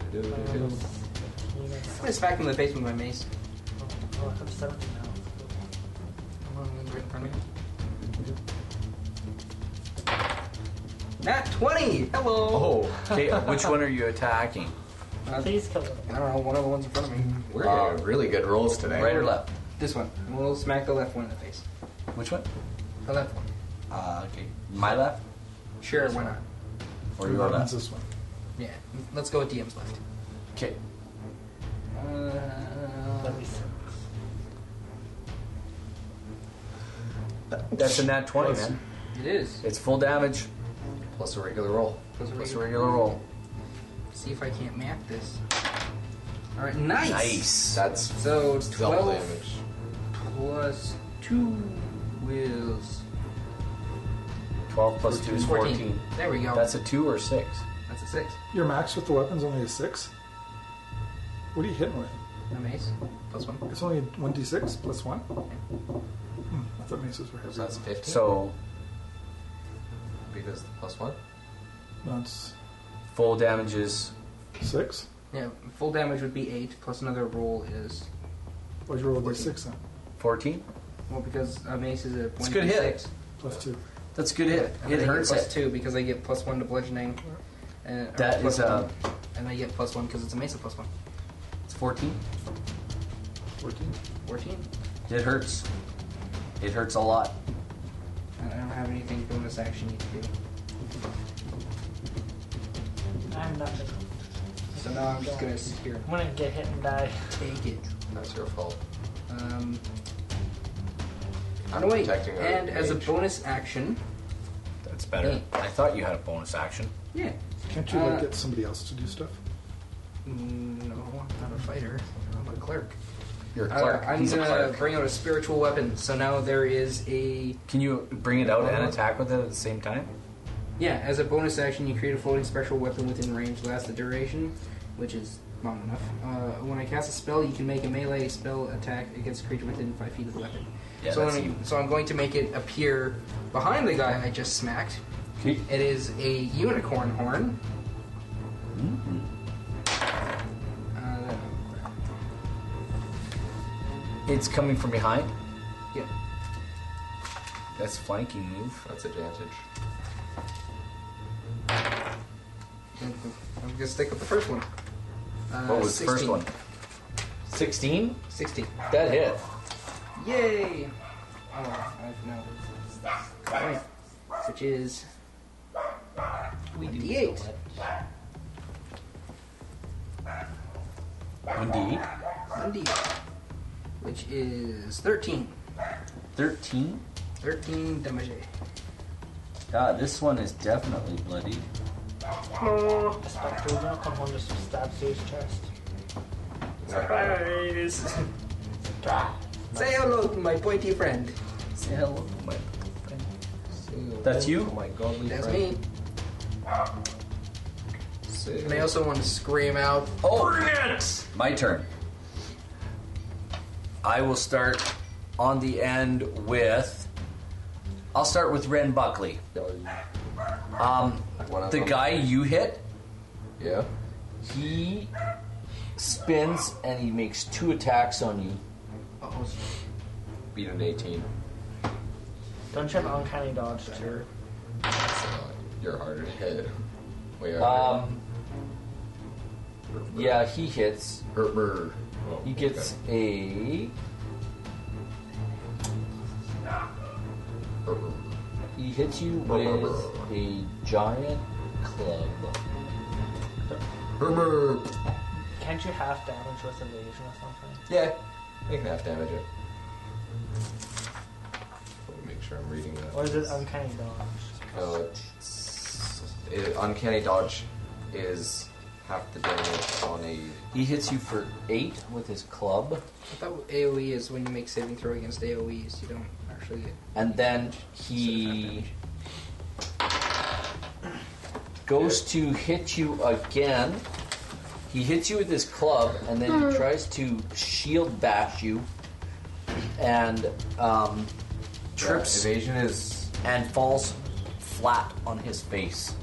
C: I'm gonna smack him in the face with my mace.
G: Oh, I have 70 now.
H: Hold on, right in front of me.
C: Nat 20! Hello!
D: Oh, okay. which one are you attacking?
G: Please kill him.
C: I don't know, one of the ones in front of me.
E: We're getting really good rolls today.
D: Right or left?
C: This one. We'll smack the left one in the face.
D: Which one?
C: The left one.
D: Uh, okay. My left
C: Sure, why not?
D: or your
F: Owns
D: left?
F: this one.
C: Yeah, let's go with DM's left.
D: Okay.
C: Uh,
G: Let me see.
D: That's a nat 20, man.
C: it is.
D: It's full damage
E: Plus a regular roll.
C: Plus a
D: plus a
C: regular-
D: regular roll.
C: See if I can't map this. Alright, nice!
D: Nice.
E: That's
C: So,
E: double
C: 12
E: damage.
C: plus 2 wheels.
D: 12 plus 2 is 14.
C: There we go.
D: That's a 2 or 6.
C: That's a 6.
F: Your max with the weapon's only a six. What are you hitting with?
C: A mace. Plus 1.
F: It's only one d six plus one. Hmm, I thought maces were
E: So
F: heavy.
E: that's 15.
D: So,
E: because the plus one.
F: No, it's
D: full damage is.
F: six.
C: Yeah, full damage would be 8, plus another roll is.
F: Why'd Oh, you roll d six then?
D: 14?
C: Well, because a mace is a
D: a good hit.
C: 1d6.
F: Plus two.
D: That's a good hit.
C: And
D: It
C: I get
D: hurts
C: plus
D: it.
C: two because I get plus one to bludgeoning. And, or
D: That
C: plus
D: is a.
C: one, and I get plus one because it's a mesa plus one.
D: It's 14?
F: Fourteen.
C: Fourteen.
D: It hurts. It hurts a lot.
C: And I don't have anything bonus action you can do.
G: I'm not gonna.
C: So now I'm just gonna sit here
G: I'm gonna get hit and die.
C: and take it.
E: That's your fault.
C: Um,
E: I'm
C: no, wait.
E: protecting our
C: And as a
E: mage.
C: bonus action,
D: That's better.
C: Hey.
D: I thought you had a bonus action.
C: yeah.
F: Can't you like
C: Uh,
F: get somebody else to do stuff?
C: Mm, No, I'm not a fighter. I'm a clerk.
D: You're a
C: Uh,
D: clerk.
C: I'm
D: He's a
C: gonna
D: clerk.
C: bring out a spiritual weapon. So now there is a
D: Can you bring it out and attack with it at the same time?
C: Yeah, as a bonus action, you create a floating special weapon within range, lasts the duration, which is long enough. Uh, when I cast a spell, you can make a melee spell attack against a creature within five feet of the weapon.
D: Yeah,
C: so,
D: that's
C: I'm,
D: you.
C: so I'm going to make it appear behind the guy I just smacked.
D: Okay.
C: It is a unicorn horn.
D: Mm-hmm.
C: Uh,
D: It's coming from behind.
C: yeah,
D: That's flanking move.
E: That's advantage.
C: Mm-hmm. I'm going to stick with the first one. Uh,
D: What was the
C: 16.
D: first one? 16?
C: 16.
D: That hit.
C: Yay! Oh, I've now. Alright. Which is. We D8.
D: 1d8.
C: 1D8. Which is 13.
D: 13.
C: 13 damage.
D: God, this one is definitely bloody.
G: The specter is gonna come home just stab Zeus chest.
C: Surprise! Say hello to my pointy friend.
D: Say hello, my That's you?
E: Oh my godly
C: That's
E: friend.
C: me. And I also want to scream out.
D: Oh, my turn. I will start on the end with. I'll start with Ren Buckley. Um,
E: One of
D: the
E: them.
D: guy you hit,
E: Yeah.
D: he spins and he makes two attacks on you.
C: Oh,
E: Beat an 18.
G: Don't you have uncanny dodge too?
E: So you're harder to hit. Way harder.
D: Um, yeah, he hits.
E: Brr, brr. Oh,
D: He gets a. He hits you with a giant club.
G: Can't you half damage with evasion or something?
E: Yeah, I can half damage it. Let me make sure I'm reading that.
G: Or is it uncanny dodge?
E: Uh, it- uncanny dodge is half the damage on a.
D: He hits you for eight with his club,
C: I thought AOE is when you make saving throw against AOEs. You don't actually get.
D: and then he goes to hit you again. He hits you with his club, and then he tries to shield bash you, and um, trips
E: Yeah, evasion is.
D: and falls flat on his face.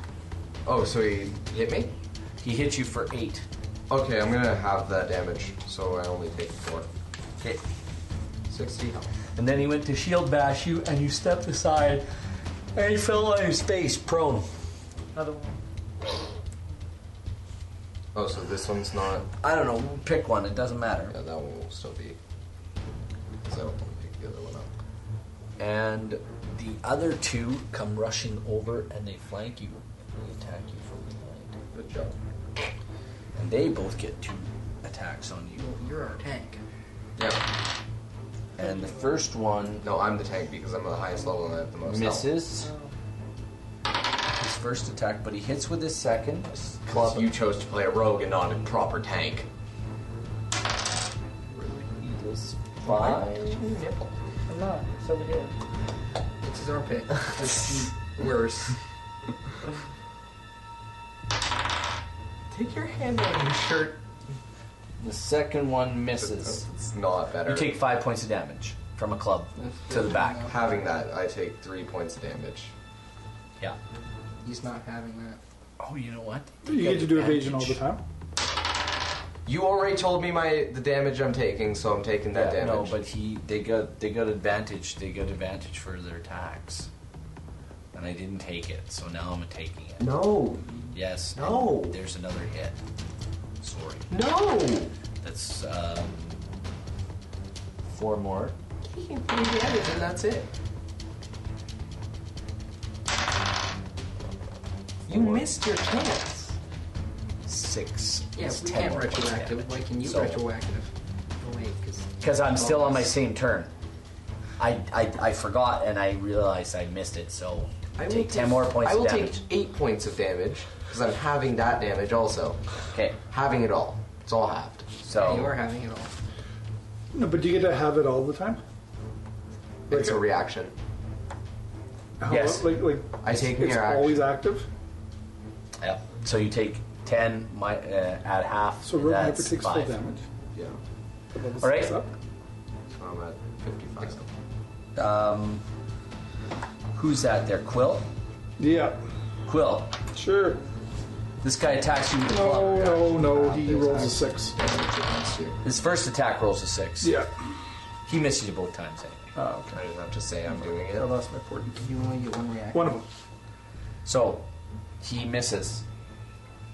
E: Oh, so he hit me?
D: He hits you for eight.
E: Okay, I'm gonna have that damage, so I only take four. Okay. 60 health.
D: And then he went to shield bash you, and you stepped aside, and he fell on his face prone.
G: Another one.
E: Oh, so this one's not.
J: I don't know. Pick one. It doesn't matter.
E: Yeah, that one will still be. Because I don't want to pick the other one up.
D: And the other two come rushing over, and they flank you, and they attack you from behind.
E: Good job.
D: And they both get two attacks on you.
C: Well, you're our tank.
E: Yeah.
D: And the first one
E: No, I'm the tank because I'm the highest level and I have the most health.
D: misses his first attack, but he hits with his second club.
E: You chose to play a rogue and not a proper tank.
D: He does five.
G: I'm not. It's over here.
C: This is our
D: [laughs]
C: pick. It's worse. Take your hand out of your shirt.
D: The second one misses.
E: It's not better.
D: You take five points of damage from a club to the back.
E: Having that, I take three points of damage.
D: Yeah.
C: He's not having that.
D: Oh, you know what?
F: You get to do evasion all the time.
E: You already told me my the damage I'm taking, so I'm taking that
D: Yeah, no,
E: damage.
D: but he they got they got advantage. They got advantage for their attacks, and I didn't take it, so now I'm taking it.
J: No.
D: Yes.
J: No.
D: There's another hit. Sorry.
J: No.
D: That's um, four more.
C: He can put the others, and that's it. You
D: Four.
C: missed your chance.
D: Six.
C: Yeah, we can't retroactive. Why can you
D: So-
C: retroactive? Oh wait, because
D: Because I'm still on my same turn. I, I, I forgot and I realized I missed it, so
C: I will
D: take ten more points
E: I will
D: of damage.
E: take eight points of damage because I'm having that damage also.
D: Okay,
E: Having it all. It's all halved.
D: so
C: you are having it all.
F: No, but do you get to have it all the time?
E: It's a reaction.
F: How-
D: Yes.
F: Like, like
E: I take
F: it's
E: mere action.
F: always active.
D: yeah. So you take ten my, uh, at half.
F: So Rogue Viper
D: that's
F: takes
D: five.
F: full damage.
E: Yeah.
F: But level
D: All right.
F: six up.
E: So I'm at 55.
D: Um, who's that there? Quill?
F: Yeah.
D: Quill.
F: Sure.
D: This guy attacks you with a
F: No,
D: club.
F: no, no. He rolls a six.
D: His first attack rolls a six.
F: Yeah.
D: He misses you both times anyway.
F: Oh, okay.
E: I didn't have to say I'm doing
F: I
E: it.
F: lost my forty.
C: You only get one reaction.
F: One of them.
D: So he misses.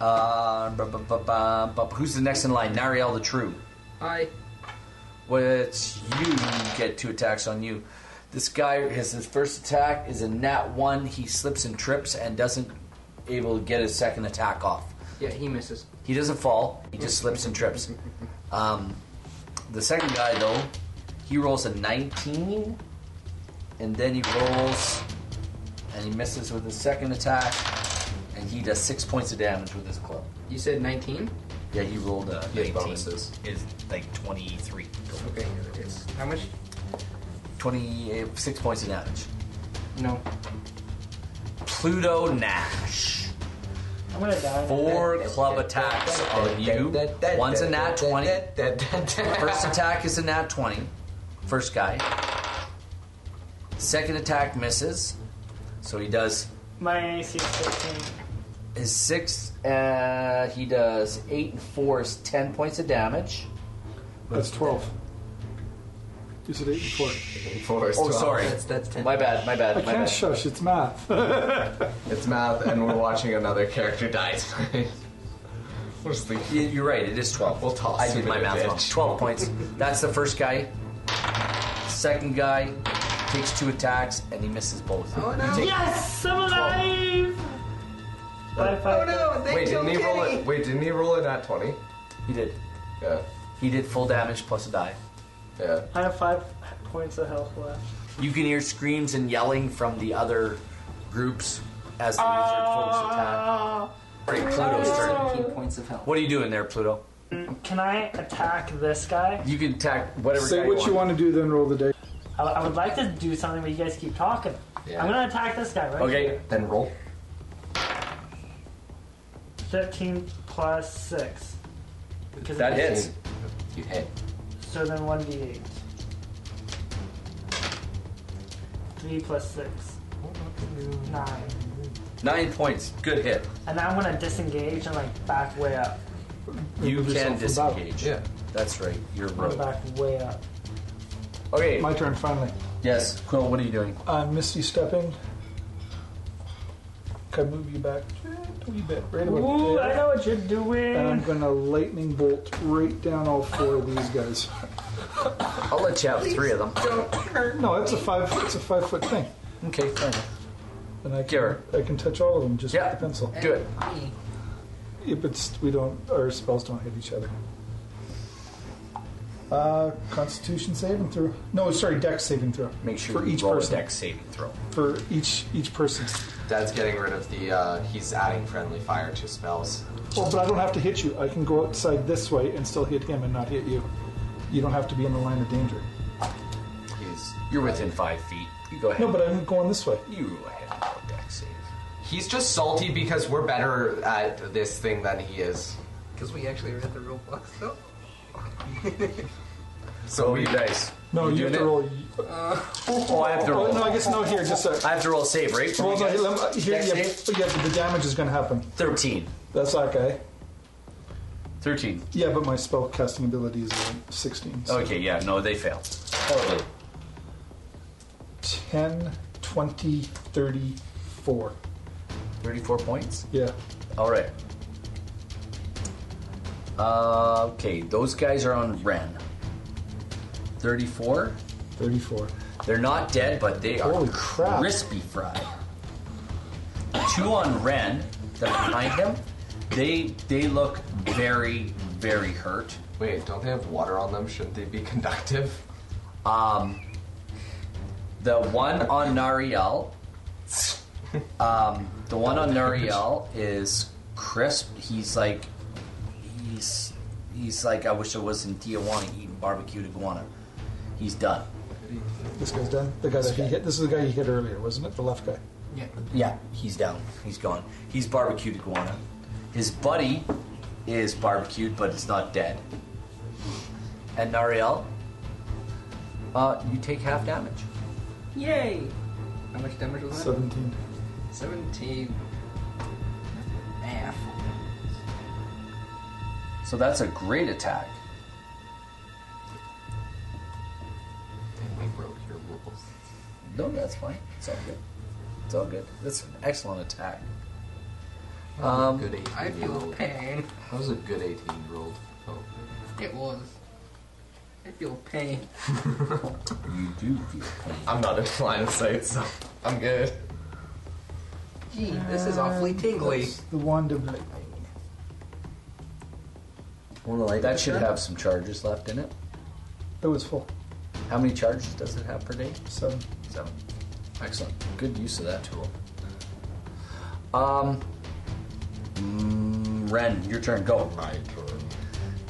D: Uh, bu- bu- bu- bu- bu- who's the next in line? Nariel the True.
C: I
D: Well, it's you get two attacks on you. This guy, his, his first attack is a nat one. He slips and trips and doesn't able to get his second attack off.
C: yeah, he misses.
D: He doesn't fall. He just slips and trips. Um, the second guy though, he rolls a 19, and then he rolls, and he misses with his second attack, and he does six points of damage with his club.
C: You said 19.
D: Yeah, he rolled a
E: He has
D: 19.
E: bonuses.
D: Is like 23 total.
C: Okay, here it is. How much?
D: 26 points of damage.
C: No.
D: Pluto Nash.
G: I'm gonna die.
D: Four club attacks on you. One's a nat 20. First attack is a nat 20. First guy. Second attack misses. So he does
G: My AC is 15.
D: his six. Uh, he does eight and four is ten points of damage.
F: That's twelve. You said eight and four.
E: Four is
D: Oh,
E: 12.
D: sorry.
C: That's that's 10.
D: My bad. My bad.
F: I
D: My
F: can't
D: bad.
F: shush. It's math.
E: It's math, and we're watching another character die. [laughs] We'll just leave.
D: Y- You're right. It is 12.
E: We'll toss
D: I
E: him
D: did my
E: in a
D: math wrong.
E: ditch.
D: 12 points. That's the first guy. Second guy takes two attacks and he misses both.
C: Oh no!
G: Yes, I'm alive. Bye,
C: Oh
G: bye.
C: no! They
E: Wait,
C: killed
E: didn't he roll
C: Kenny!
E: it? Wait, didn't he roll it at twenty?
D: He did.
E: Yeah,
D: He did full damage plus a die.
E: yeah.
G: I have five points of health left.
D: You can hear screams and yelling from the other groups as the lizard fulls attack.
G: Ah.
D: Alright, Pluto's turn.
C: 17 points of health.
D: What are you doing there, Pluto?
G: Can I attack this guy?
D: You can attack whatever
F: [laughs] Say
D: guy
F: what you want to do, then roll the dice.
G: I, I would like to do something, but you guys keep talking.
E: Yeah.
G: I'm gonna attack this guy, right?
D: Okay,
E: Then roll.
G: 13 plus 6. Because
D: that
G: it-
D: hits.
E: You hit.
G: So then 1d8. 3 plus 6. 9.
D: Nine points. Good hit.
G: And now I'm gonna disengage and like back way up.
D: You
F: Remove
D: can
F: yourself from battle.
D: disengage.
E: Yeah.
D: That's right. You're
G: I'm
D: rogue.
G: back way up.
D: Okay.
F: My turn, finally.
D: Yes, Quill, what are you doing?
F: Uh, Misty stepping. Can I move you back just a wee bit? Right about
G: Ooh,
F: there.
G: I Um, know what you're
F: And I'm
G: doing.
F: gonna lightning bolt right down all four of these guys.
D: I'll let you have three of them.
F: No, it's a five. It's a five foot thing,
D: Okay, fine.
F: and I can
D: Garrett.
F: I can touch all of them just
D: Yeah.
F: with a pencil.
D: Do it.
F: If it's we don't our spells don't hit each other. Uh, Constitution saving throw. No, sorry, Dex saving throw.
D: Make sure
F: for
D: you
F: each
D: roll
F: person.
D: a dex saving throw.
F: For each each person.
E: Dad's getting rid of the. uh He's adding friendly fire to spells.
F: Well, but I don't have to hit you. I can go outside this way and still hit him and not hit you. You don't have to be in the line of danger.
E: He's
D: You're within five feet. You go ahead.
F: No, but I'm going this way.
D: You go ahead and roll a dex save.
E: he's just salty because we're better at this thing than he is.
C: Because we actually read the rule book, though.
E: So
D: Roll
E: we
D: your dice.
F: No, you,
D: doing
F: have to
D: it?
F: roll.
D: Oh, I have to
F: Oh,
D: roll.
F: no, I guess no. Here, just a.
D: I have to roll a save, right? for
F: Well,
D: you
F: no,
D: guys?
F: let me- uh, here,
D: Dex
F: yeah,
D: save?
F: but yeah, but the damage is going to happen.
D: 13.
F: That's that guy.
D: 13.
F: Yeah, but my spell casting ability is uh, 16. So
D: Okay, yeah, no, they fail. Horribly.
F: 10, 20, 34.
D: 34 points?
F: Yeah.
D: All right. Uh, okay, those guys are on Ren. 34.
F: 34.
D: They're not dead, but they are
F: Holy crap.
D: crispy fried. Two on Ren that are behind him. They they look very very hurt.
E: Wait, don't they have water on them? Shouldn't they be [laughs] conductive?
D: The one on Nariel, um, the one on Nariel is crisp. He's like he's he's like I wish I was in Tijuana eating barbecued iguana. He's done.
F: This guy's done. The guy that he hit. This is the guy he hit earlier, wasn't it? The left guy.
C: Yeah.
D: Yeah, he's down. He's gone. He's barbecued iguana. His buddy is barbecued, but it's not dead. And Nariel, uh, you take half damage.
C: Yay! How much damage was that?
F: 17.
C: 17. Math.
D: So that's a great attack.
E: And we broke your rules.
D: No, that's fine. It's all good. It's all good. That's an excellent attack. Um,
E: good 18
C: I
E: year
C: feel
E: old.
C: pain.
E: That was a good 18 year old. Oh.
C: It was. I feel pain.
D: you do feel pain.
E: I'm not in line of sight, so I'm good.
C: Gee, this is awfully tingly.
F: That's the wand of light.
D: that should have some charges left in it.
F: That was full.
D: How many charges does it have per day?
F: Seven.
D: Seven. Excellent. Good use of that tool. Um, mm, Ren, your turn. Go.
E: My turn.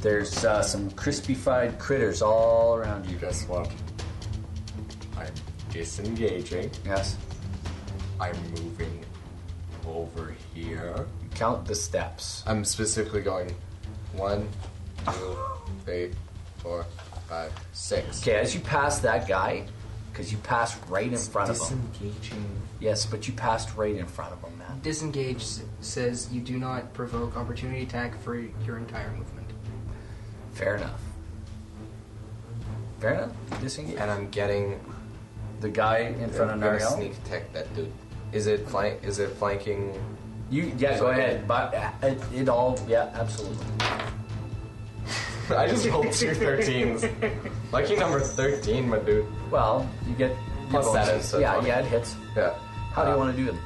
D: There's uh, some crispy fried critters all around you.
E: Guess what? I'm disengaging.
D: Yes.
E: I'm moving over here.
D: Count the steps.
E: I'm specifically going one, two, three, four, five, six.
D: Okay, as you pass that guy, because you passed right in front of him.
E: Disengaging.
D: Yes, but you passed right in front of him, man.
C: Disengage s- says you do not provoke opportunity attack for your entire movement.
D: Fair enough. Fair enough. You Disengage.
E: And I'm getting
D: The guy in front of
E: I'm gonna
D: Nariel. [laughs]
E: sneak attack that dude. Is it flank? Is it flanking
D: You yeah, go ahead. But uh, it, it all yeah, absolutely.
E: I just rolled two 13s. Lucky number 13, my dude.
D: Well, you get your
E: Plus that
D: bonuses.
E: is, so
D: yeah,
E: 20.
D: yeah, it hits.
E: Yeah. Uh,
D: How do you want to do them?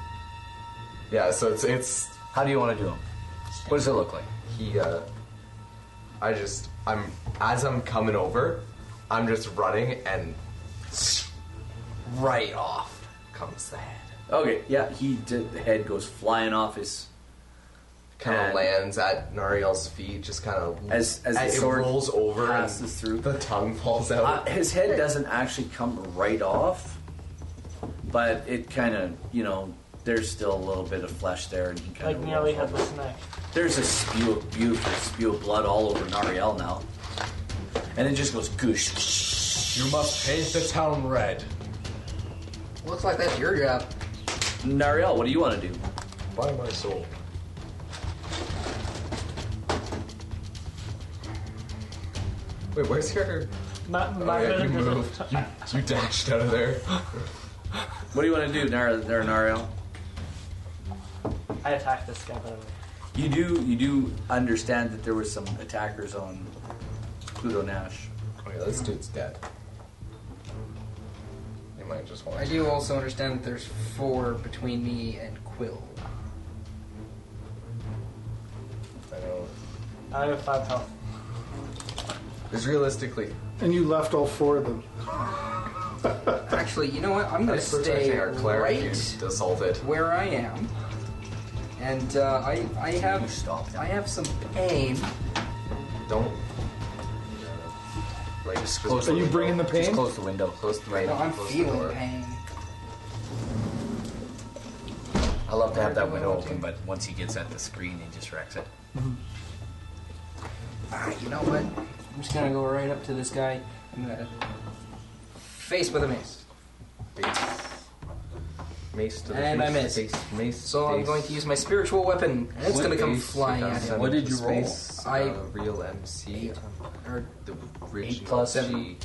E: Yeah, so it's it's
D: How do you want to do them? What does it look like?
E: he uh I just I'm as I'm coming over, I'm just running and right off comes the head.
D: Okay, yeah, he did, the head goes flying off his
E: Kind
D: And-
E: of lands at Nariel's feet, just kind of
D: As- as the
E: it
D: sword
E: rolls over
D: passes
E: and
D: through.
E: the tongue falls out.
D: Uh, his head doesn't actually come right off, but it kind of, you know, there's still a little bit of flesh there, and he kind
G: Like
D: of
G: nearly had the neck.
D: There's a spew of beautiful spew of blood all over Nariel now, and it just goes goosh.
E: you must paint the town red.
C: Looks like that's your job.
D: Nariel, what do you want to do?
E: By my soul. Wait, where's your?
G: Not,
E: Oh,
G: not
E: yeah, [laughs]
G: really
E: you
G: good.
E: moved. You, you dashed out of there.
D: What do you want to do, Nar- Nar- Nariel?
G: I attacked this guy by the way.
D: You do you do understand that there was some attackers on Pluto Nash.
E: Okay, this dude's dead. You might just want.
C: I do also understand that there's four between me and Quill.
E: I know.
G: I have five health.
E: Because realistically,
F: And you left all four of them.
C: Actually, you know what? I'm gonna
E: that's
C: stay
E: protecting our cleric.
C: right
E: You assaulted.
C: where I am, and uh, I I
D: You
C: have
D: stop
C: I have some pain.
E: Don't. Like just close.
F: Are you bringing the
D: Just
F: pain?
D: close the window.
E: Close the main.
C: No, I'm
E: close the door.
C: feeling pain.
D: I love to have that window open, but once he gets at the screen, he just wrecks it.
C: Ah, you know what? I'm just gonna go right up to this guy. I'm gonna face with a mace.
E: Mace to the
C: And
E: face.
C: I miss.
E: Face, mace.
C: So I'm
E: face.
C: going to use my spiritual weapon, and it's
E: What
C: gonna come
E: base
C: flying at him.
E: 2007
D: What did you roll?
E: Space,
C: I-
E: uh, real MC.
C: Eight. Or
E: The original
D: plus
E: G.
D: seven.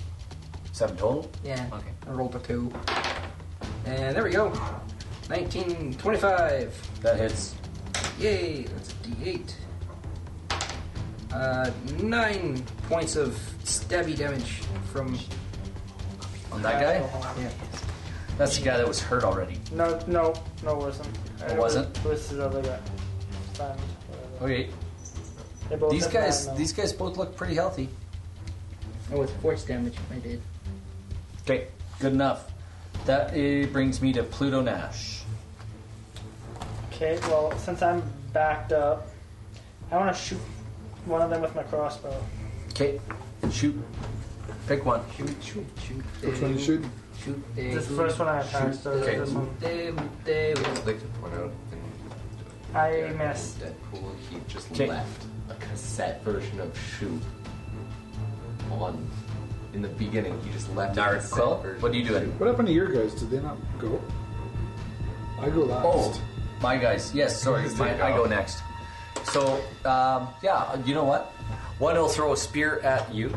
D: Seven total.
C: yeah.
D: Okay.
C: I rolled a two. And there we go. 1925.
D: That hits.
C: Yay, that's a d8. Uh, nine points of stabby damage from.
D: On that guy?
C: Yeah.
D: That's the guy that was hurt already.
G: No, no, no, it wasn't.
D: It wasn't?
G: It was the other guy. Stunned, whatever.
D: Okay.
G: They both
D: These
G: hit
D: guys
G: that,
D: these guys both look pretty healthy.
C: Oh, with force damage, I did.
D: Okay. Good enough. That uh, brings me to Pluto Nash.
G: though. Okay, well, since I'm backed up, I want to shoot one of them with my crossbow.
D: Okay. Shoot. Pick one.
C: Shoot, shoot, shoot.
F: Which one you shooting?
C: Shoot, they.
G: This first one I attacked, so
E: Okay.
G: this one.
C: They, they,
E: I'd like to point oh, out in
G: I missed.
E: Deadpool, he just
D: Okay.
E: left a cassette version of Shoot on. In the beginning, he just left a
D: Nard
E: cassette
D: Quill,
E: version
D: what are you
E: of
D: doing?
E: Shoot.
F: What happened to your guys? Did they not go? I go last.
D: Oh, my guys. Yes, sorry.
E: There
D: My,
E: you
D: I
E: go.
D: go next. So, um, yeah, you know what? One will throw a spear at you.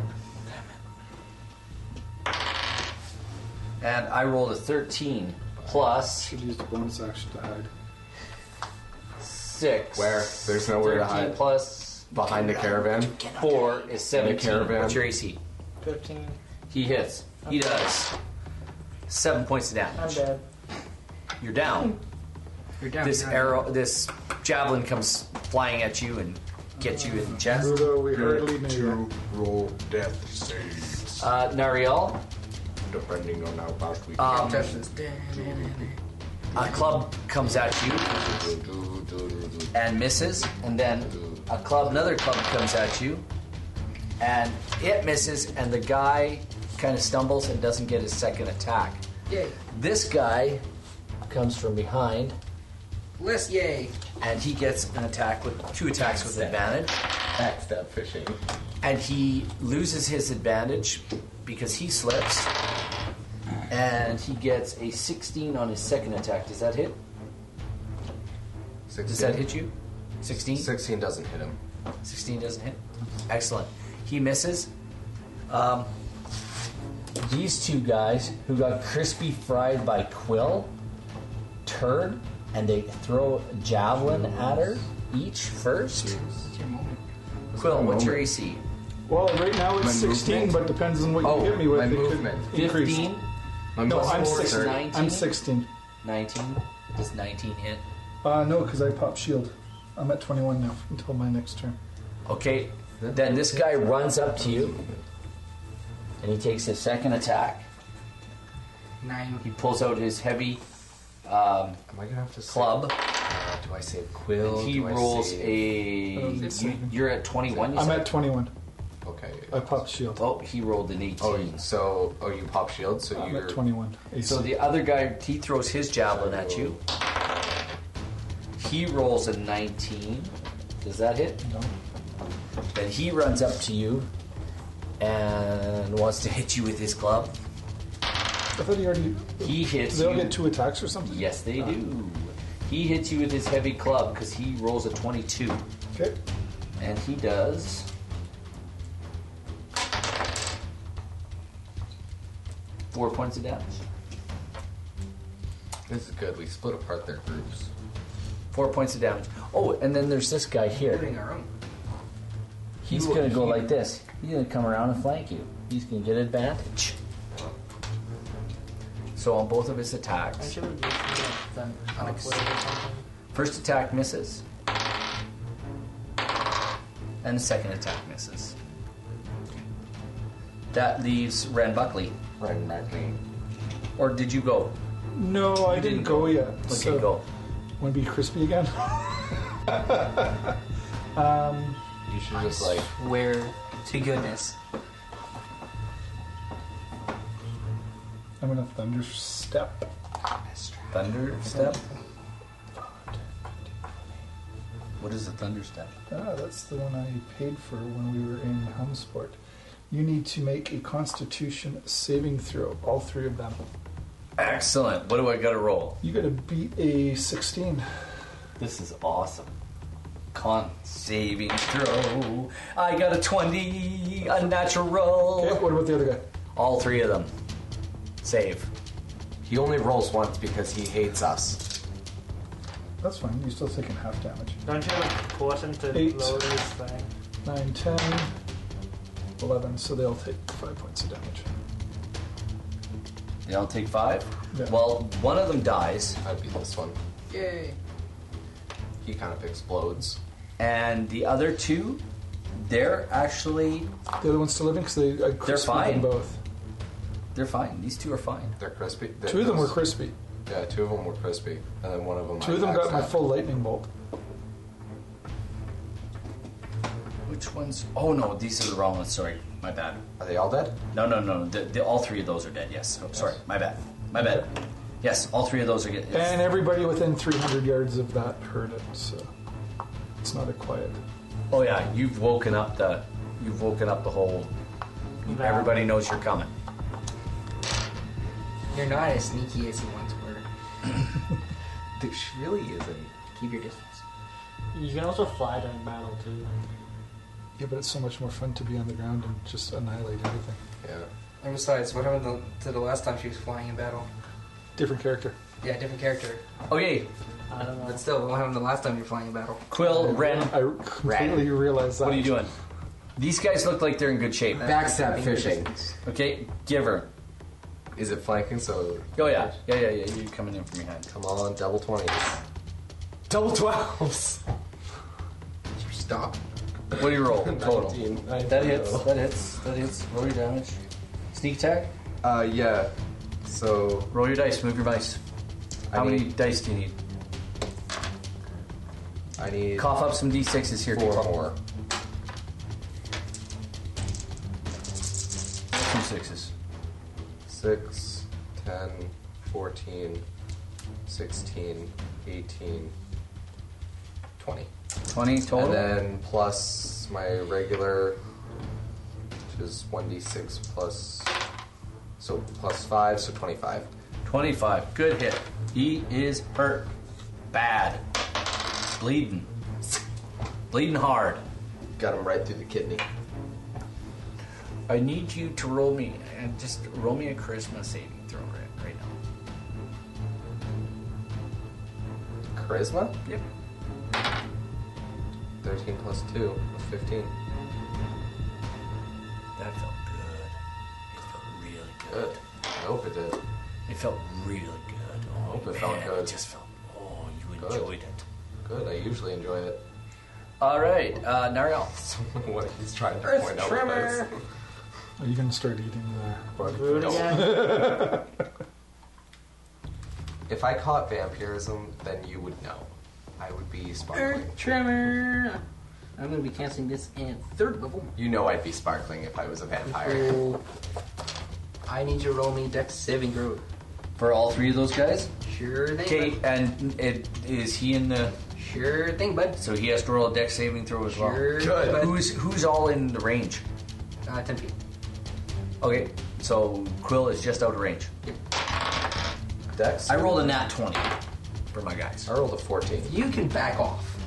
D: And I rolled a 13 plus
F: Should use the bonus action to hide.
D: 6.
E: Where? There's nowhere to
D: 13
E: hide.
D: plus
E: Behind the caravan.
D: 4 is 17.
E: caravan.
D: What's your AC?
G: 15.
D: He hits. He does. 7 points of
G: I'm
D: damage.
G: dead.
D: You're down.
C: you're down.
D: This
C: you're down.
D: arrow, this javelin comes flying at you and gets you in the chest.
F: Bruno, we hardly knew.
E: roll death saves,
D: Uh, Nariel,
E: depending on how fast we
D: um,
C: Touch this.
D: a club comes at you and misses, and then a club, another club comes at you, and it misses, and the guy kind of stumbles and doesn't get his second attack.
C: Yay.
D: This guy comes from behind,
C: Less yay.
D: and he gets an attack with two attacks with advantage,
E: Backstab fishing.
D: and he loses his advantage because he slips, and he gets a 16 on his second attack. Does that hit?
E: 16.
D: Does that hit you? 16?
E: 16 doesn't hit him.
D: 16 doesn't hit. Excellent. He misses. Um, these two guys who got crispy fried by Quill turn
K: and they throw a javelin at her each first.
C: It's your moment.
D: Quill, what's your AC?
F: Well, right now it's
E: My
F: 16,
E: movement?
F: but depends on what
E: Oh,
F: you hit me with.
E: my
F: It could
E: movement.
F: increase.
D: 15?
E: My
F: No,
E: muscle
F: I'm
E: is
F: 16.
E: thirty.
F: I'm 16.
D: 19? Does 19 hit?
F: Uh, no, because I popped shield. I'm at 21 now until my next turn.
K: Okay, then this guy runs up to you and he takes his second attack.
C: Nine.
D: He pulls out his heavy um,
E: Am I gonna have to save-
D: club.
E: Uh, do I save Quill?
D: and he
E: Do I
D: rolls
E: save-
D: a.
F: Um, it's
D: You,
F: seven.
D: you're at 21, you
F: I'm
D: said?
F: at 21.
E: Okay.
F: I popped shield.
D: Oh, he rolled an 18.
E: Oh, you- so oh, you pop shield, so
F: I'm
E: you're
F: at 21. AC.
D: So the other guy, he throws his javelin at you. He rolls a 19. Does that hit?
F: No.
K: Then
D: he
K: he runs up to you and wants to hit you with his club.
F: I thought he already.
D: He hits
F: They'll
D: you.
F: get two attacks or something?
D: Yes, they do. He hits you with his heavy club because he rolls a 22.
F: Okay.
D: And he does. Four points of damage.
E: This is good. We split apart their groups.
D: Four points of damage.
K: Oh, and then there's this guy here.
C: Including our own.
K: He's gonna go like this. He's gonna come around and flank you. He's gonna get advantage.
D: So on both of his attacks,
G: should have just done halfway or something.
D: first attack misses, and the second attack misses. That leaves Ran Buckley.
E: Ryan Ragney.
D: Or did you go?
F: No, I didn't,
D: didn't
F: go, yet.
D: Okay,
F: so,
D: go.
F: Want to be crispy again? [laughs] um,
E: You should just like
C: Where to goodness.
F: I'm going to thunder step.
D: Thunder step. What is a thunder step?
F: Ah, that's the one I paid for when we were in Helmsport. You need to make a Constitution saving throw, all three of them.
D: Excellent. What do I got to roll?
F: You got to beat a 16.
D: This is awesome. Con saving throw. I got a 20, unnatural.
F: Okay, Oh, what about the other guy?
D: All three of them. Save.
E: he only rolls once because he hates us.
F: That's fine. You're still taking half damage.
G: Don't you like force him to
F: Eight.
G: load his thing?
F: 9, 10, 11. So they'll take 5 points of damage.
D: They all take five.
F: Yeah.
D: Well, one of them dies,
E: I'd be this one.
C: Yay.
E: He kind of explodes.
D: and the other two, they're actually
F: The other one's still living because they I crispy
D: fine.
F: them both.
D: they're fine. These two are fine.
E: They're crispy. They're
F: Two of them were
E: those-
F: crispy.
E: Yeah, two of them were crispy, and then one of them.
F: Two
E: I
F: of them got my
E: backstabbed.
F: full lightning bolt.
D: Which ones? Oh no, these are the wrong ones. Sorry, my bad.
E: Are they all dead?
D: No, no, no. The, the, all three of those are dead. Yes. Oh, sorry, my bad. My bad. Yes, all three of those are good. yes.
F: And everybody within 300 yards of that heard it, so it's not a quiet.
D: Oh yeah, you've woken up the, you've woken up the whole. Everybody knows you're coming.
C: You're not as sneaky as you once were.
E: Dude, she really isn't.
C: Keep your distance.
G: You can also fly during battle too.
F: Yeah, but it's so much more fun to be on the ground and just annihilate everything.
E: Yeah.
C: And besides, what happened to- to the last time she was flying in battle?
F: Different character.
C: Yeah, different character.
D: Okay,
G: I don't know.
C: But still, what happened the last time you were flying in battle?
D: Quill, Ren,
F: I completely realized that.
D: what are you doing? These guys look like they're in good shape.
C: Backstab
E: fishing.
D: Okay, give her.
E: Is it flanking? So
D: Oh yeah, yeah, yeah, yeah. You're coming in from behind.
E: come on, double twenties. Double twelves. Stop.
D: What do you roll total?
E: 19.
D: That hits. That hits. That hits. Roll your damage. Sneak attack.
E: Uh, yeah. So
D: Roll your dice. Move your dice. How
E: I
D: many
E: need-
D: dice do you need?
E: I need
D: Cough up some d6s here.
E: four
D: Cough up
E: more.
D: Some sixes.
E: Six, ten, fourteen, sixteen, eighteen, twenty.
D: Twenty total.
E: And then plus my regular, which is 1d6 plus, so plus 5, so 25.
D: Twenty-five. Good hit. He is hurt. Bad. Bleeding. Bleeding hard.
E: Got him right through the kidney.
D: I need you to roll me and just roll me a charisma saving throw right, right now.
E: charisma?
D: Yep.
E: 13 plus 2 is 15.
D: That felt good. It felt really
E: Good. I hope it did.
D: It felt really good. Oh,
E: hope it felt good.
D: felt. Oh, you
E: Good.
D: it.
E: Good, I usually enjoy it. [laughs]
D: All right, uh, Nariel.
E: what he's trying to
D: Earth
E: point out with
D: tremor.
E: this.
F: Are you gonna start eating the body?
G: Rude
E: No.
G: again.
E: [laughs] If I caught vampirism, then you would know. I would be sparkling.
C: Earth tremor. I'm gonna be casting this at third level.
E: You know I'd be sparkling if I was a vampire.
C: Roll- I need you to roll me Dex saving throw.
D: For all three of those guys.
C: Sure thing.
D: Okay,
C: bud.
D: and it is he in the?
C: Sure thing, bud.
D: So he has to roll a deck saving throw as well.
C: Sure,
E: Good.
C: bud.
D: Who's who's all in the range?
C: Uh, ten feet.
D: Okay, so Quill is just out of range.
E: Dex?
D: I rolled a nat twenty for my guys.
E: I rolled a 14.
C: You can back off.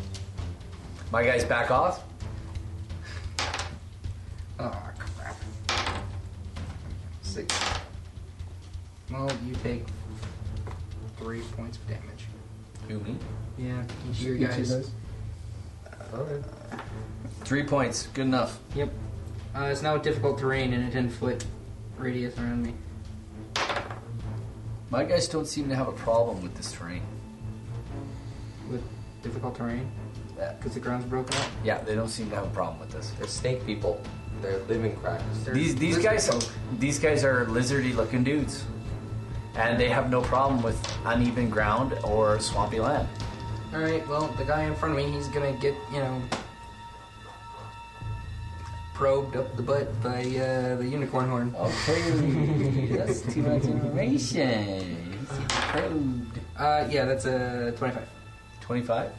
D: My guys back off.
C: Oh crap. Six. Well, you take three points of damage.
D: Who me?
C: Yeah, each of your
F: You two
C: guys.
E: Alright.
D: Three points. Good enough.
C: Yep. Uh, it's now difficult terrain in a ten foot radius around me.
D: My guys don't seem to have a problem with this terrain.
C: With difficult terrain,
D: Yeah.
C: because the ground's broken up.
D: Yeah, they don't seem to have a problem with this.
E: They're snake people. They're living crackers.
C: They're
D: These these
C: lizard
D: guys
C: folk.
D: these guys are lizardy looking dudes. And they have no problem with uneven ground or swampy land.
C: All right. Well, the guy in front of me, he's gonna get you know probed up the butt by uh, the unicorn horn.
D: Okay, [laughs] that's too much information.
C: Uh, yeah, that's a twenty-five.
D: 25?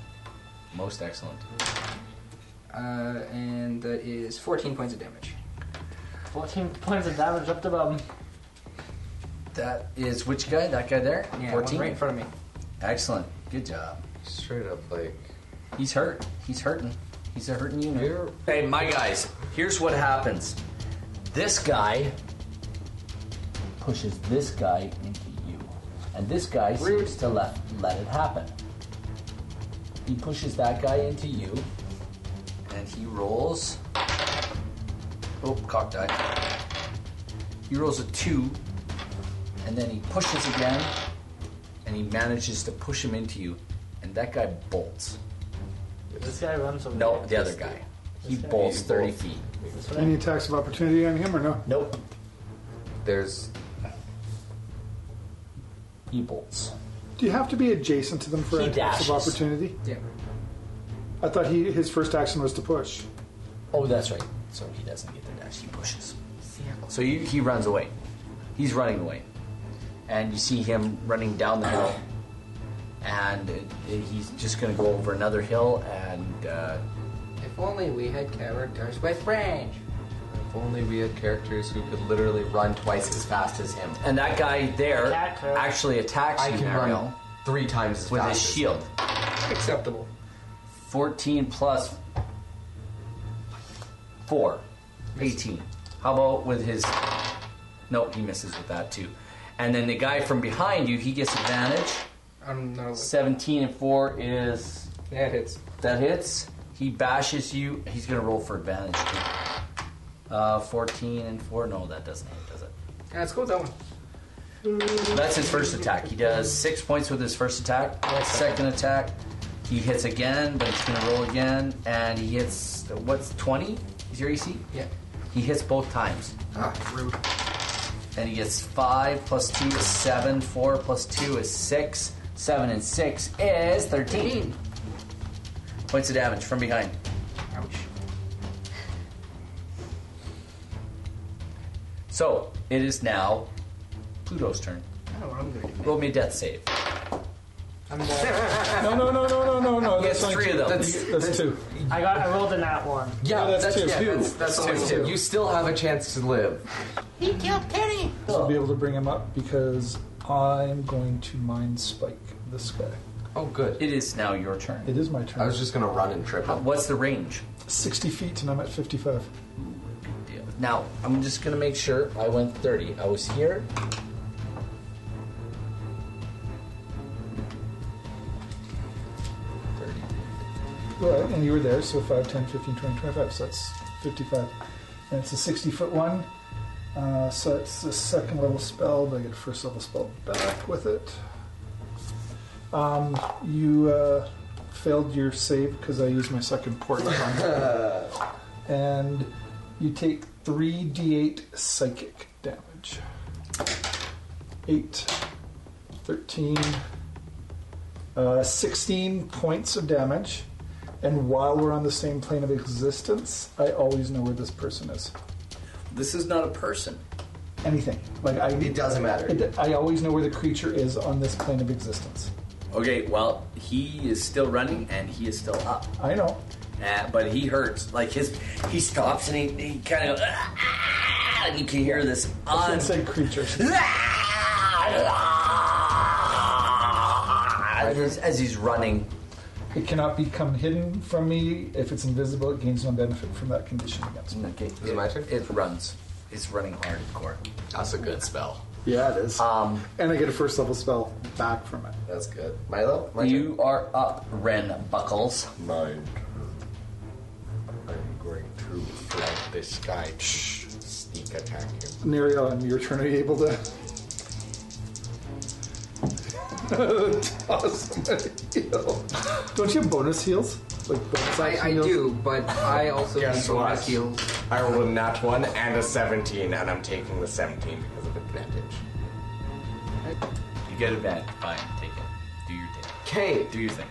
D: Most excellent.
C: Uh, and that is fourteen points of damage.
G: 14 points of damage up to bum.
D: That is which guy? That guy there? 14?
C: Yeah, one right in front of me.
D: Excellent. Good job.
E: Straight up like.
D: He's hurt. He's hurting. He's a hurting unit. Hey, my guys, here's what happens.
K: This guy pushes this guy into you. And this guy seems to let, let it happen. He pushes that guy into you.
D: And he rolls. Oh, cock die. He rolls a two, and then he pushes again, and he manages to push him into you, and that guy bolts.
G: This guy runs away.
D: No, the other guy. He
G: This guy?
D: bolts
E: He
D: 30
E: bolts.
D: feet.
G: This one?
L: Any attacks of opportunity on him or no?
D: Nope.
E: There's.
D: He bolts.
L: Do you have to be adjacent to them for
K: He
L: attacks
K: dashes.
L: of opportunity?
C: Yeah.
L: I thought he his first action was to push.
D: Oh, that's right. So he doesn't get the dash. He pushes. So you, he runs away. He's running away, and you see him running down the hill, and it, it- he's just going to go over another hill, and uh,
C: If only we had characters with range.
E: If only we had characters who could literally run twice as fast as him.
D: and that guy there
G: Attack her.
D: actually attacks
E: I
D: you,
E: can
D: Mariel,
E: run three times as
D: with
E: fast.
D: his
E: as-
D: shield.
C: Acceptable.
D: Fourteen plus four. 18. How about with his? No, he misses with that too. And then the guy from behind you, he gets advantage.
C: I'm not. A,
D: 17 and 4 is
C: that hits.
D: that hits. He bashes you. He's going to roll for advantage. too. Uh, 14 and 4. No, that doesn't hit, does it?
C: Yeah, let's go with that one.
D: That's his first attack. He does 6 points with his first attack. Second attack, he hits again, but he's going to roll again. And he hits, what's 20? Is your AC?
C: Yeah.
D: He hits both times.
C: Ah, rude.
D: And he gets 5 plus 2 is 7. 4 plus 2 is 6. 7 and 6 is 13. Points of damage from behind.
C: Ouch.
D: So it is now Pluto's turn.
C: I don't know what I'm gonna do.
D: Roll me a death save.
G: I'm dead.
F: No, no, no, no, no, no, no.
D: He has
F: only
D: three
F: two.
D: of them.
F: That's, that's two.
G: I got. I rolled a nat one.
E: Yeah,
F: No, that's
E: that's,
F: two.
E: yeah,
F: Two.
E: that's, that's
F: That's
E: two.
F: two.
E: You still have a chance to live.
F: I'll be able to bring him up because I'm going to mind spike this guy.
E: Oh, good.
D: It is now your turn.
F: It is my
E: I
F: turn.
E: was just gonna run and trip
D: How-
E: him.
D: What's the range?
F: 60 feet and I'm at 55.
D: deal? Now I'm just gonna make sure I went 30. I was here.
F: Well, and you were there, so 5, 10, 15, 20, 25, so that's 55. And it's a 60 foot one, uh, so it's a second level spell, but I get a first level spell back with it. Um, you uh, failed your save because I used my second port. on it. and you take 3d8 psychic damage 8, 13, uh, 16 points of damage. And while we're on the same plane of existence, I always know where this person is.
D: This is not a person.
F: Anything. Like I,
M: It doesn't matter.
F: it, I always know where the creature is on this plane of existence.
D: Okay, well, he is still running and he is still up.
F: I know.
D: Uh, but he hurts. Like his, he stops and he, he kind of, "Ah," and you can hear this
F: I
D: on.
F: said creature.
D: Ah!
N: As, as he's running,
F: It cannot become hidden from me. If it's invisible, it gains no benefit from that condition against me.
N: okay,
M: it my turn?
N: It runs. It's running hard, core.
M: That's a good spell.
O: Yeah, it is.
N: Um,
O: and I get a first level spell back from it.
M: That's good. Milo, my
N: you are up, Ren Buckles.
E: Mind. I'm going to flank this guy. Shh. Sneak attack him.
O: Nerio, and your turn, are you able to? Toss him a heal. Don't you have bonus heals? Like bonus
C: I,
O: action
C: I
O: heals?
C: do, but I also
E: Guess
C: need
E: what?
C: bonus heals.
E: I rolled a nat 1 and a 17, and I'm taking the 17 because of advantage.
D: You get advantage. Fine, take it. Do your thing.
E: Okay,
D: Do your thing.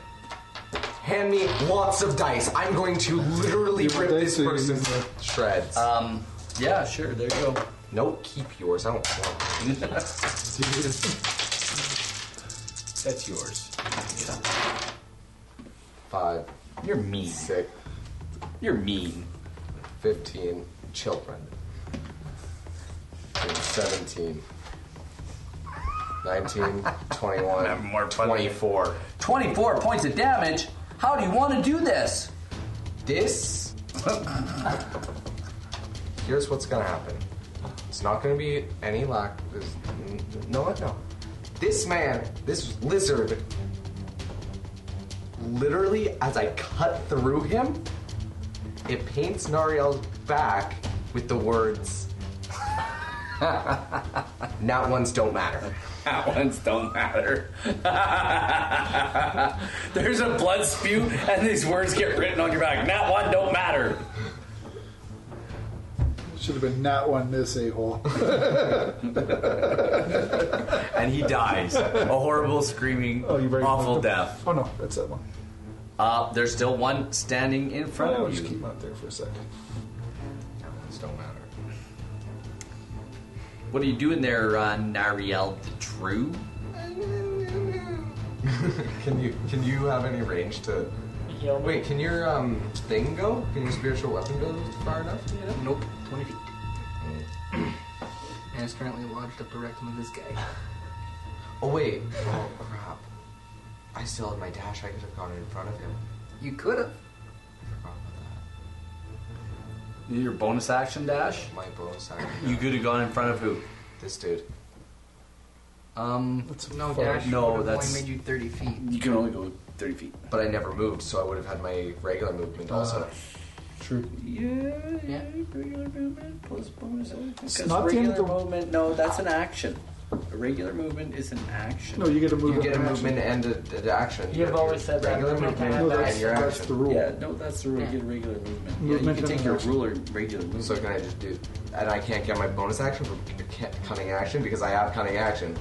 E: hand me lots of dice. I'm going to literally rip
O: dice
E: this
O: are you
E: person's
O: using?
E: shreds.
M: Uh,
N: Um,
D: Yeah, sure. There you go.
E: no, keep yours. I don't want
D: [laughs] That's yours.
M: five,
N: you're mean.
E: six,
N: You're mean.
E: 15 children. And 17. [laughs] 19, 21,
N: more fun.
E: 24.
N: 24 points of damage? How do you want to do this?
E: This. Here's what's gonna happen. It's not gonna be any lack. There's, n- no, what? no. This man, this lizard, literally, as I cut through him, it paints Nariel's back with the words. [laughs] Nat ones
D: [laughs]
E: don't matter.
D: That ones don't matter. There's a blood spew, and these words get written on your back. That one don't matter.
O: Should have been not one this a hole.
D: And he dies a horrible, screaming,
F: Oh, you very
D: awful death.
F: Oh no, that's that one.
D: Uh, there's still one standing in front
F: I'll
D: of
F: Oh, just keep
D: you.
F: him out there for a second.
E: Ones don't matter. [laughs]
D: What are you doing there, uh, Nariel the True?
E: Can you can you have any range to?
G: Heal me.
E: Wait, can your um thing go? Can your spiritual weapon go far enough?
C: Nope, 20 feet. and it's currently lodged up the rectum of this guy.
E: Oh wait. Oh crap. I still had my dash. I could have gone in front of him.
C: You could have.
E: Forgot about
D: Your bonus action dash?
E: that. My bonus action.
D: You could have gone in front of who?
E: This dude.
D: Um,
C: No, dash
D: no,
C: would have
D: that's-
C: only made you 30 feet.
E: Mm.
D: you can only go 30 feet.
E: But I never moved, so I would have had my regular movement also.
F: True.
C: Yeah.
D: Regular movement plus bonus action. Because
F: not the end
D: regular
F: of the-
D: movement, no, that's an action. A regular movement is an action.
O: No, you get a movement.
E: You get a
O: action.
E: movement and an action. You
G: You've
E: have
G: always
E: your
G: said that.
E: Regular
G: Every
E: movement
G: time
O: No, that's,
E: and your
O: that's
E: action.
O: the rule.
D: Yeah, no, that's the rule. You get a regular movement.
O: Movement
D: yeah, you can
O: and
D: take
O: an
D: your
O: action.
D: ruler regular movement.
E: So can I just do? And I can't get my bonus action for ca- cunning action because I have cunning action.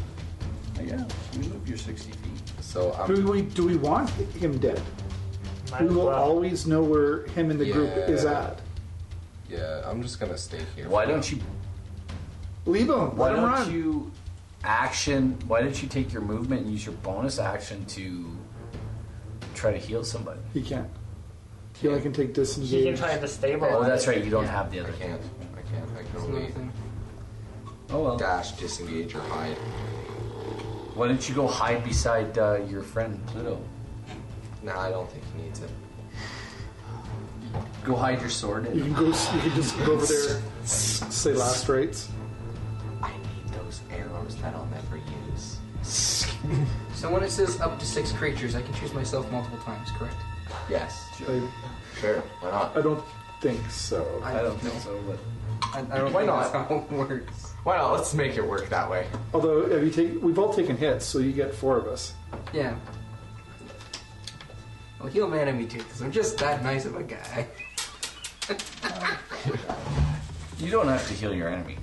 D: yeah, you move your 60 feet.
E: So I'm.
O: Do we do we want him dead?
G: Might
O: We
G: as
O: will
G: well.
O: always know where him and the group is
E: Yeah.
O: at.
E: Yeah, I'm just gonna stay here.
D: Why don't you?
O: Leave him.
D: Why
O: let him
D: don't
O: run.
D: you action? Why don't you take your movement and use your bonus action to try to heal somebody?
O: He can't. He only can take
G: He can
O: disengage.
G: try to stabilize.
D: Oh, that's right. You don't
C: Yeah.
D: have the
E: I
D: other.
E: can't. I can't. I can
C: That's another
E: only
C: thing.
D: Oh well.
E: dash, disengage, or hide.
D: Why don't you go hide beside uh, your friend Pluto?
E: No, I don't think he needs it.
D: Go hide your sword.
O: You
D: In.
O: can go. You can just go over there. Say last rites.
E: I need those arrows that I'll never use.
C: So when it says up to six creatures, I can choose myself multiple times, correct?
E: Yes.
F: I,
E: Sure. Why not?
F: I don't think so.
E: I don't think so,
F: but
C: I, I don't
E: Why
C: think
E: not?
C: that's how it works.
E: Why not? Let's make it work that way.
F: although have you take, we've all taken hits, so you get four of us.
C: Yeah. Well, he'll man at me too, because I'm just that nice of a guy.
D: You don't have to heal your enemy.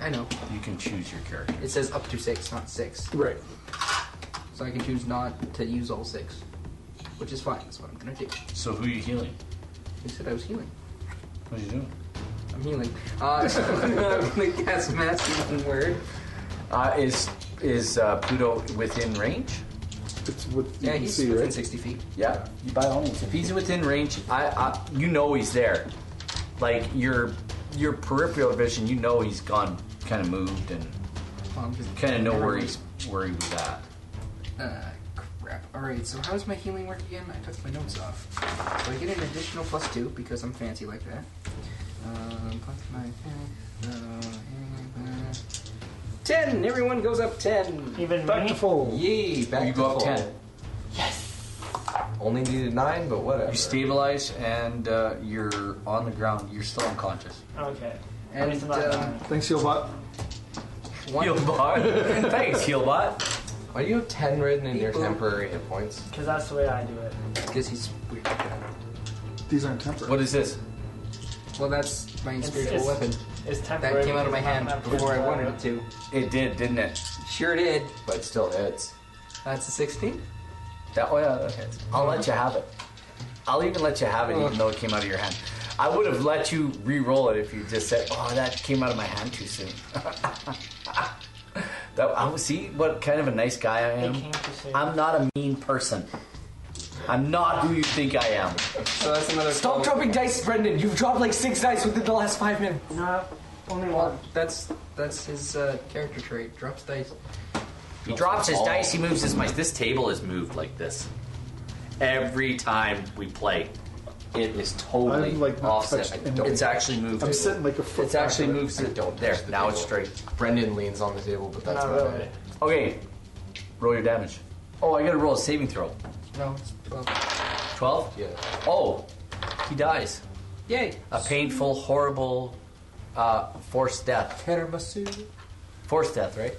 C: I, I know.
D: You can choose your character.
C: It says up to six, not six.
F: Right.
C: So I can choose not to use all six, which is fine. That's what I'm gonna do.
D: So who are you healing?
C: He said I was healing.
D: What are you doing?
C: I'm healing. Uh, [laughs] so I'm gonna cast masculine word.
D: Uh, is is uh, Pluto within range?
F: It's with,
C: Yeah, he's within 60 feet.
D: Yeah.
P: You by all means.
D: If he's within range, I, I you know he's there. Like your your peripheral vision, you know he's gone, kind of moved, and
C: Well, I'm just
D: kind of know where he's where he was at.
C: Uh, crap. Alright, so how does my healing work again? I took my notes off. So I get an additional plus two because I'm fancy like that. Um, plus my. Uh, ten! Everyone goes up ten!
G: Even
Q: Back
G: me?
Q: to full.
E: Yay! Back
D: you
E: to
D: go up
E: full.
D: ten.
E: Only needed nine, but whatever.
D: You stabilize, and uh, you're on the ground. You're still unconscious.
G: Okay.
C: And,
G: it's about
C: uh,
G: nine.
F: Thanks, Healbot.
C: One,
D: Heelbot, [laughs] thanks, Heelbot.
E: Why do you have ten written in your
C: People-
E: temporary hit points?
G: Because that's the way I do it.
C: because he's weird.
F: These aren't temporary.
D: What is this?
C: Well, that's my
G: It's-
C: spiritual
G: it's-
C: weapon.
G: It's temporary.
C: That came out of my hand
G: because I'm not
C: before I
G: gonna-
C: wanted it to.
D: It did, didn't it?
C: Sure did.
E: But it still hits.
C: That's a 16.
D: That oh yeah, that hits. I'll let you have it. I'll even let you have it, even though it came out of your hand. I would have let you re-roll it if you just said, "Oh, that came out of my hand too soon." [laughs] that I would- see what kind of a nice guy I
G: It
D: am.
G: came to say.
D: I'm not a mean person. I'm not who you think I am.
C: So Oh, that's another.
D: Stop dropping dice, Brendan. You've dropped like six dice within the last five minutes.
G: No, only one.
C: Well, that's that's his uh, character trait. Drops dice.
D: He drops his dice. He moves his mice. This table is moved like this every time we play. It is totally
F: I've, like, not
D: offset.
F: touched
D: I don't-
F: any-
D: It's actually moved.
F: I'm sitting like a foot.
D: It's actually
F: back.
D: moves it
E: don't
D: there.
E: touch the
D: Now it's
E: table.
D: straight.
E: Brendan leans on the table, but that's
G: Not
E: about
G: really.
E: it.
D: Okay, roll your damage. Oh, I gotta roll a saving throw.
C: No, it's twelve.
D: Twelve.
E: Yeah.
D: Oh, he dies.
C: Yay!
D: A painful, horrible, uh, forced death. Forced death, right?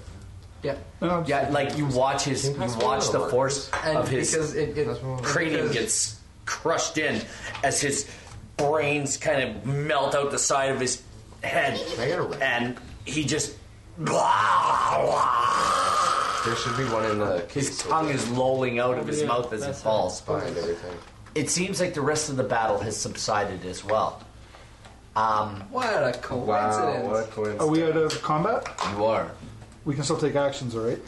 C: Yeah.
F: No,
D: Yeah, like you watch his, you
E: Can you pass me
D: watch
E: another
D: the
E: one?
D: force
C: And
D: of his
C: because it, it
E: That's one of them.
D: cranium
C: because-
D: gets crushed in as his brains kind of melt out the side of his head,
E: I gotta run.
D: and he just
E: There should be one in the
D: his
E: case
D: tongue is lolling out of his mouth as he falls.
E: behind everything.
D: It seems like the rest of the battle has subsided as well. Um,
C: What a coincidence!
E: what a coincidence.
F: Are we out of combat?
D: you are.
F: We can still take actions, all right?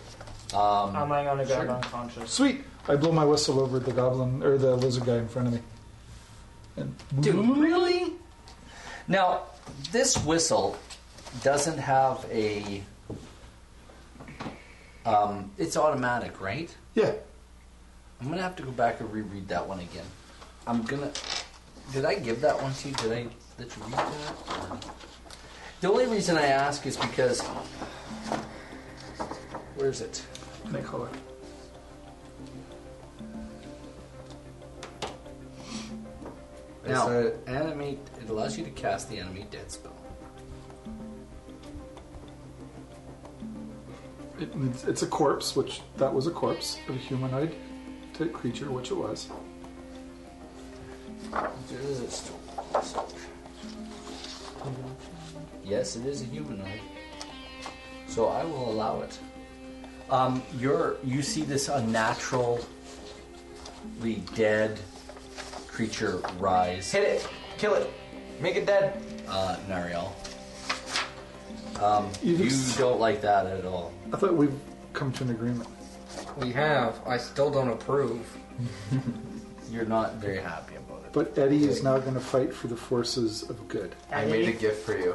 C: um,
G: I'm laying on the ground unconscious.
F: Sweet. I blow my whistle over the goblin or the lizard guy in front of me. And
D: Dude, really? Now, this whistle doesn't have a. Um, it's automatic, right?
F: yeah,
D: I'm gonna have to go back and reread that one again. I'm gonna. Did I give that one to you? Did I? Did you read that? The only reason I ask is because. Where is it?
F: my color.
E: Is
D: Now,
E: that-
D: animate. It allows you to cast the enemy dead spell.
F: It, it's, it's a corpse, which that was a corpse of a humanoid t- creature, which it was.
D: Yes, it is a humanoid. So I will allow it. Um, you're, you see this unnaturally dead creature rise,
E: Hit it. Kill it. Make it dead.
D: uh, Nariel.
F: You
D: You
F: just-
D: don't like that at all.
F: I thought we've come to an agreement.
C: We have. I still don't approve.
D: You're not very happy about it.
F: But Eddie is now going to fight for the forces of good.
E: I made a gift for you,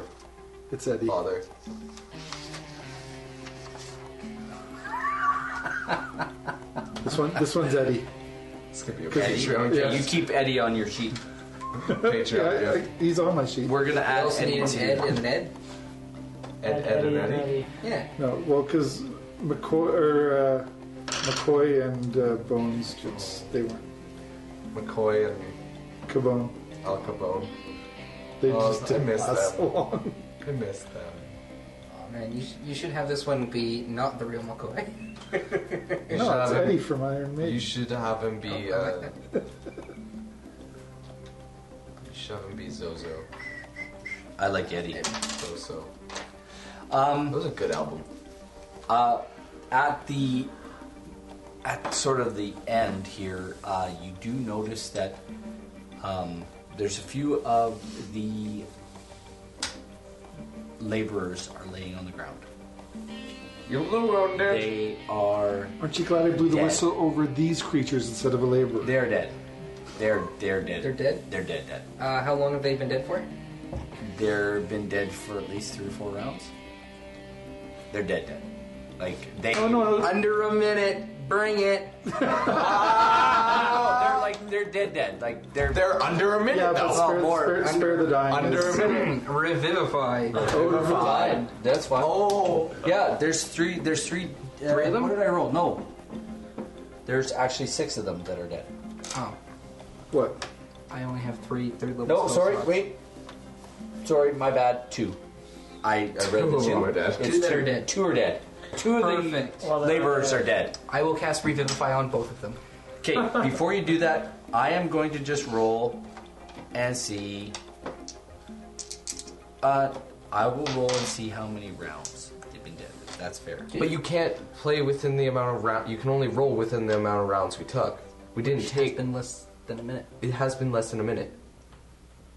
F: It's Eddie.
E: Father.
F: This one, this one's Eddie.
E: It's gonna be a
D: Eddie,
E: Patreon
F: [laughs] yeah.
E: gift.
D: You keep Eddie on your sheet.
F: Yeah,
E: Patreon
F: I-
E: gift.
F: I- he's on my sheet.
D: We're gonna
C: I
D: add
C: also
D: Eddie
C: need
D: to
C: an Ed
D: your-
C: and an Ed.
E: Ed, Ed, and Eddie.
C: Yeah.
F: No, well, because McCoy or uh, McCoy and uh, Bones just they weren't.
E: McCoy and
F: Kaboom.
E: Al Capone.
F: They
E: Oh,
F: just
E: I
F: didn't
E: miss
F: last
E: them.
F: long.
E: I miss them.
C: Oh man, you, you should have this one be not the real McCoy.
E: You
F: no,
E: should have
F: it's
E: him-
F: Eddie from Iron Maiden.
E: You should have him be.
D: [laughs]
C: Oh, I
E: Uh, you should have him be Zozo.
D: I like Eddie.
E: Zozo.
D: Um,
E: That was a good album.
D: Uh, at the at sort of the end here, uh, you do notice that um, there's a few of the laborers are laying on the ground.
E: You blew on there.
D: They are
F: Aren't you glad I blew the
D: Dead.
F: whistle over these creatures instead of a laborer?
D: they're dead. They're they're dead.
C: They're dead?
D: They're dead. Dead.
C: Uh, how long have they been dead for?
D: They're been dead for at least three or four rounds. They're dead. Dead. Like they
F: Oh, no, no.
D: under a minute. Bring it. they're like they're dead. Dead. Like they're
E: They're under a minute
F: yeah, but
E: though.
F: spare,
D: more.
F: spare, spare the dying.
E: Under a
F: It's-
E: minute.
C: [clears throat] Revivify.
D: Fine.
C: That's why.
D: Oh, yeah. There's three. There's three. Uh,
C: Three of them?
D: What did I roll? No. There's actually six of them that are dead.
C: Oh,
F: What?
C: I only have three third level.
D: No,
C: spells
D: sorry.
C: left.
D: Wait. Sorry, my bad. Two. I, I read the
E: Two
D: two.
E: are dead.
D: It's
C: Two that are dead.
D: Two are dead. Two of
C: Perfect.
D: the
G: Well, they're-
D: laborers are dead.
C: I will cast Revivify on both of them.
D: Okay. [laughs] before you do that, I am going to just roll and see. Uh, I will roll and see how many rounds they've been dead. That's fair.
E: But you can't play within the amount of round. You can only roll within the amount of rounds we took. We didn't
C: It has
E: take.
C: been less than a minute.
E: It has been less than a minute.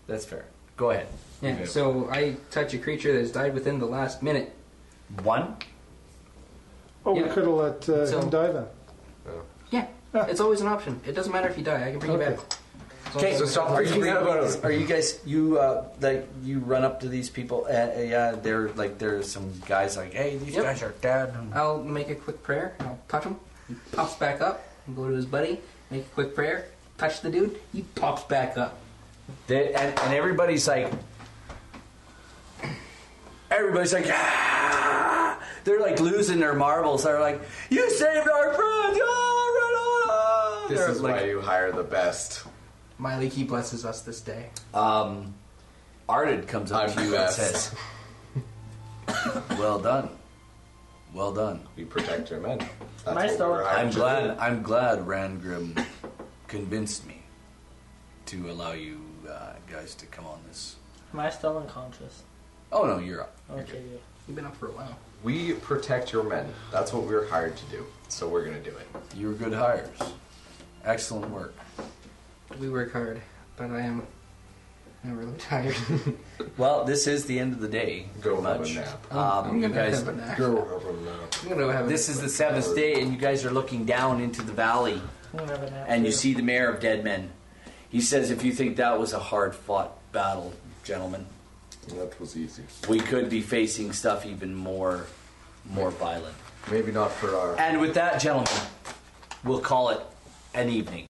D: That's fair. Go ahead.
C: Yeah. So I touch a creature that has died within the last minute.
D: One.
F: Oh, we
C: Yeah.
F: could have let uh,
C: So-
F: him die then.
C: Yeah. It's always an option. It doesn't matter if you die. I can bring you
F: Okay.
C: back. As long
D: Okay,
C: as
E: So
C: I'm-
E: stop
D: Are you,
E: freaking out about it.
D: are you guys you uh like you run up to these people? Uh, uh, yeah, they're like there's some guys like, hey, these
C: Yep.
D: guys are dead.
C: I'll make a quick prayer. I'll touch him. He pops back up. I'll go to his buddy. Make a quick prayer. Touch the dude. He pops back up.
D: They, and, and everybody's like, everybody's like, ah! they're like losing their marbles. They're like, you saved our friend, yeah,
E: This
D: They're
E: is
D: like,
E: why you hire the best.
C: Miley, he blesses us this day.
D: Um, Arded comes up
E: I'm
D: to you and
E: best.
D: says, well done, well done.
E: We protect your men. That's
G: Am I
E: what
G: still-
E: we're hired
D: I'm
E: to
D: glad. I'm glad Rangrim convinced me to allow you uh, guys to come on this.
G: Am I still unconscious?
D: Oh no, you're up.
G: Okay. good.
C: You've been up for a while.
E: do. We protect your men. That's what we're hired to do. So we're gonna do it.
D: You were good hires. Excellent work.
C: We work hard, but I am. I'm really tired.
D: Well, this is the end of the day.
E: Go have
D: much.
E: a nap.
C: [laughs] I'm
D: Um, you
C: gonna
D: guys.
C: have a nap.
E: Go have a nap.
C: I'm gonna go have a
D: This is the seventh day, and you guys are looking down into the valley,
G: I'm gonna have a nap
D: and you
G: too.
D: see the mayor of Dead Men. He says, "If you think that was a hard-fought battle, gentlemen,
E: That was easy.
D: we could be facing stuff even more, more violent."
E: Maybe not for our.
D: And with that, gentlemen, we'll call it an evening.